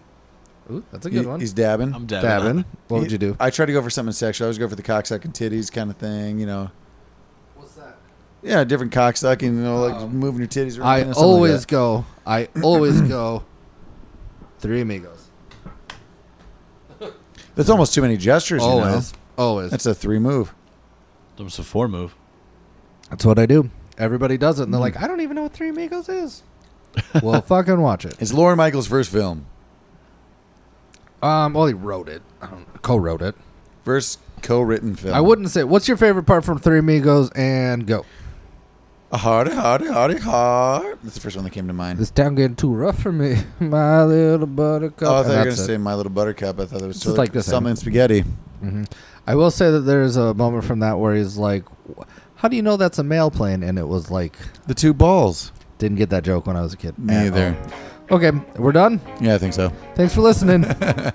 Ooh, that's a good
He-
one.
He's uh, dabbing.
I'm dabbing. on
Davin,
it.
what would you do?
I try to go for something sexual. I always go for the cocksuck and titties kind of thing, you know.
What's that?
Yeah, different cocksucking, you know, like
Oh.
moving your titties around.
I
you know, something like
always
that.
go. I always go. Three amigos.
That's almost too many gestures, you know.
Always. Always.
That's a three move.
That was a four move.
That's what I do. Everybody does it, and they're like,
Hmm.
I don't even know what Three
<laughs>
Amigos is. well, fucking watch it.
It's Lauren Michaels' first film.
Um, well, he wrote it, I don't- co-wrote it.
First co written film.
I wouldn't say. What's your favorite part from Three Amigos? And go.
A hardy, hardy, hardy, hard. That's the first one that came to mind.
This town getting too rough for me, <laughs> my little buttercup.
oh, I thought you
And
were going to
that's
say My Little Buttercup. I thought it was
It's
sort of
like this, I
Some
mean.
and Spaghetti.
I will say that there's a moment from that where he's like, "Wh- "How do you know that's a male plane?" And it was like,
The two balls.
didn't get that joke when I was a kid.
Me
at
either.
all. Okay, we're done.
Yeah, I think so.
Thanks
<laughs>
for listening.
Uh,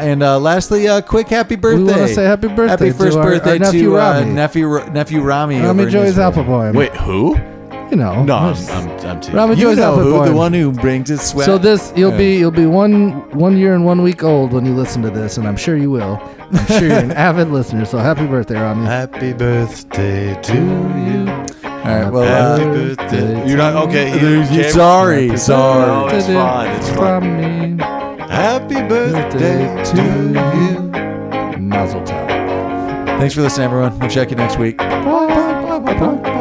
and uh, lastly, uh, quick happy birthday.
we want to say happy birthday.
Happy first
to our,
birthday
our nephew
to uh,
Rami.
nephew Ro- nephew Rami. over
Rami
in
Joy's
Israel.
Apple Boy.
Wait, who?
you know.
No, I'm, I'm, I'm teasing.
Rami
You
Joy's
know
Apple
who?
Boy.
The one who brings his sweat.
so this you'll
Yeah.
be you'll be one one year and one week old when you listen to this, and I'm sure you will. I'm
<laughs>
sure you're an avid listener. So happy birthday, Rami.
Happy birthday to you. All right.
Happy
Well, uh,
birthday.
You're not okay. you
there's-
can't-
sorry,
Happy
sorry.
No, it's fine, it's
Rami.
Happy
birthday
to you.
Mazel tov.
Thanks for listening, everyone. We'll check you next week.
Bye, bye, bye, bye, bye.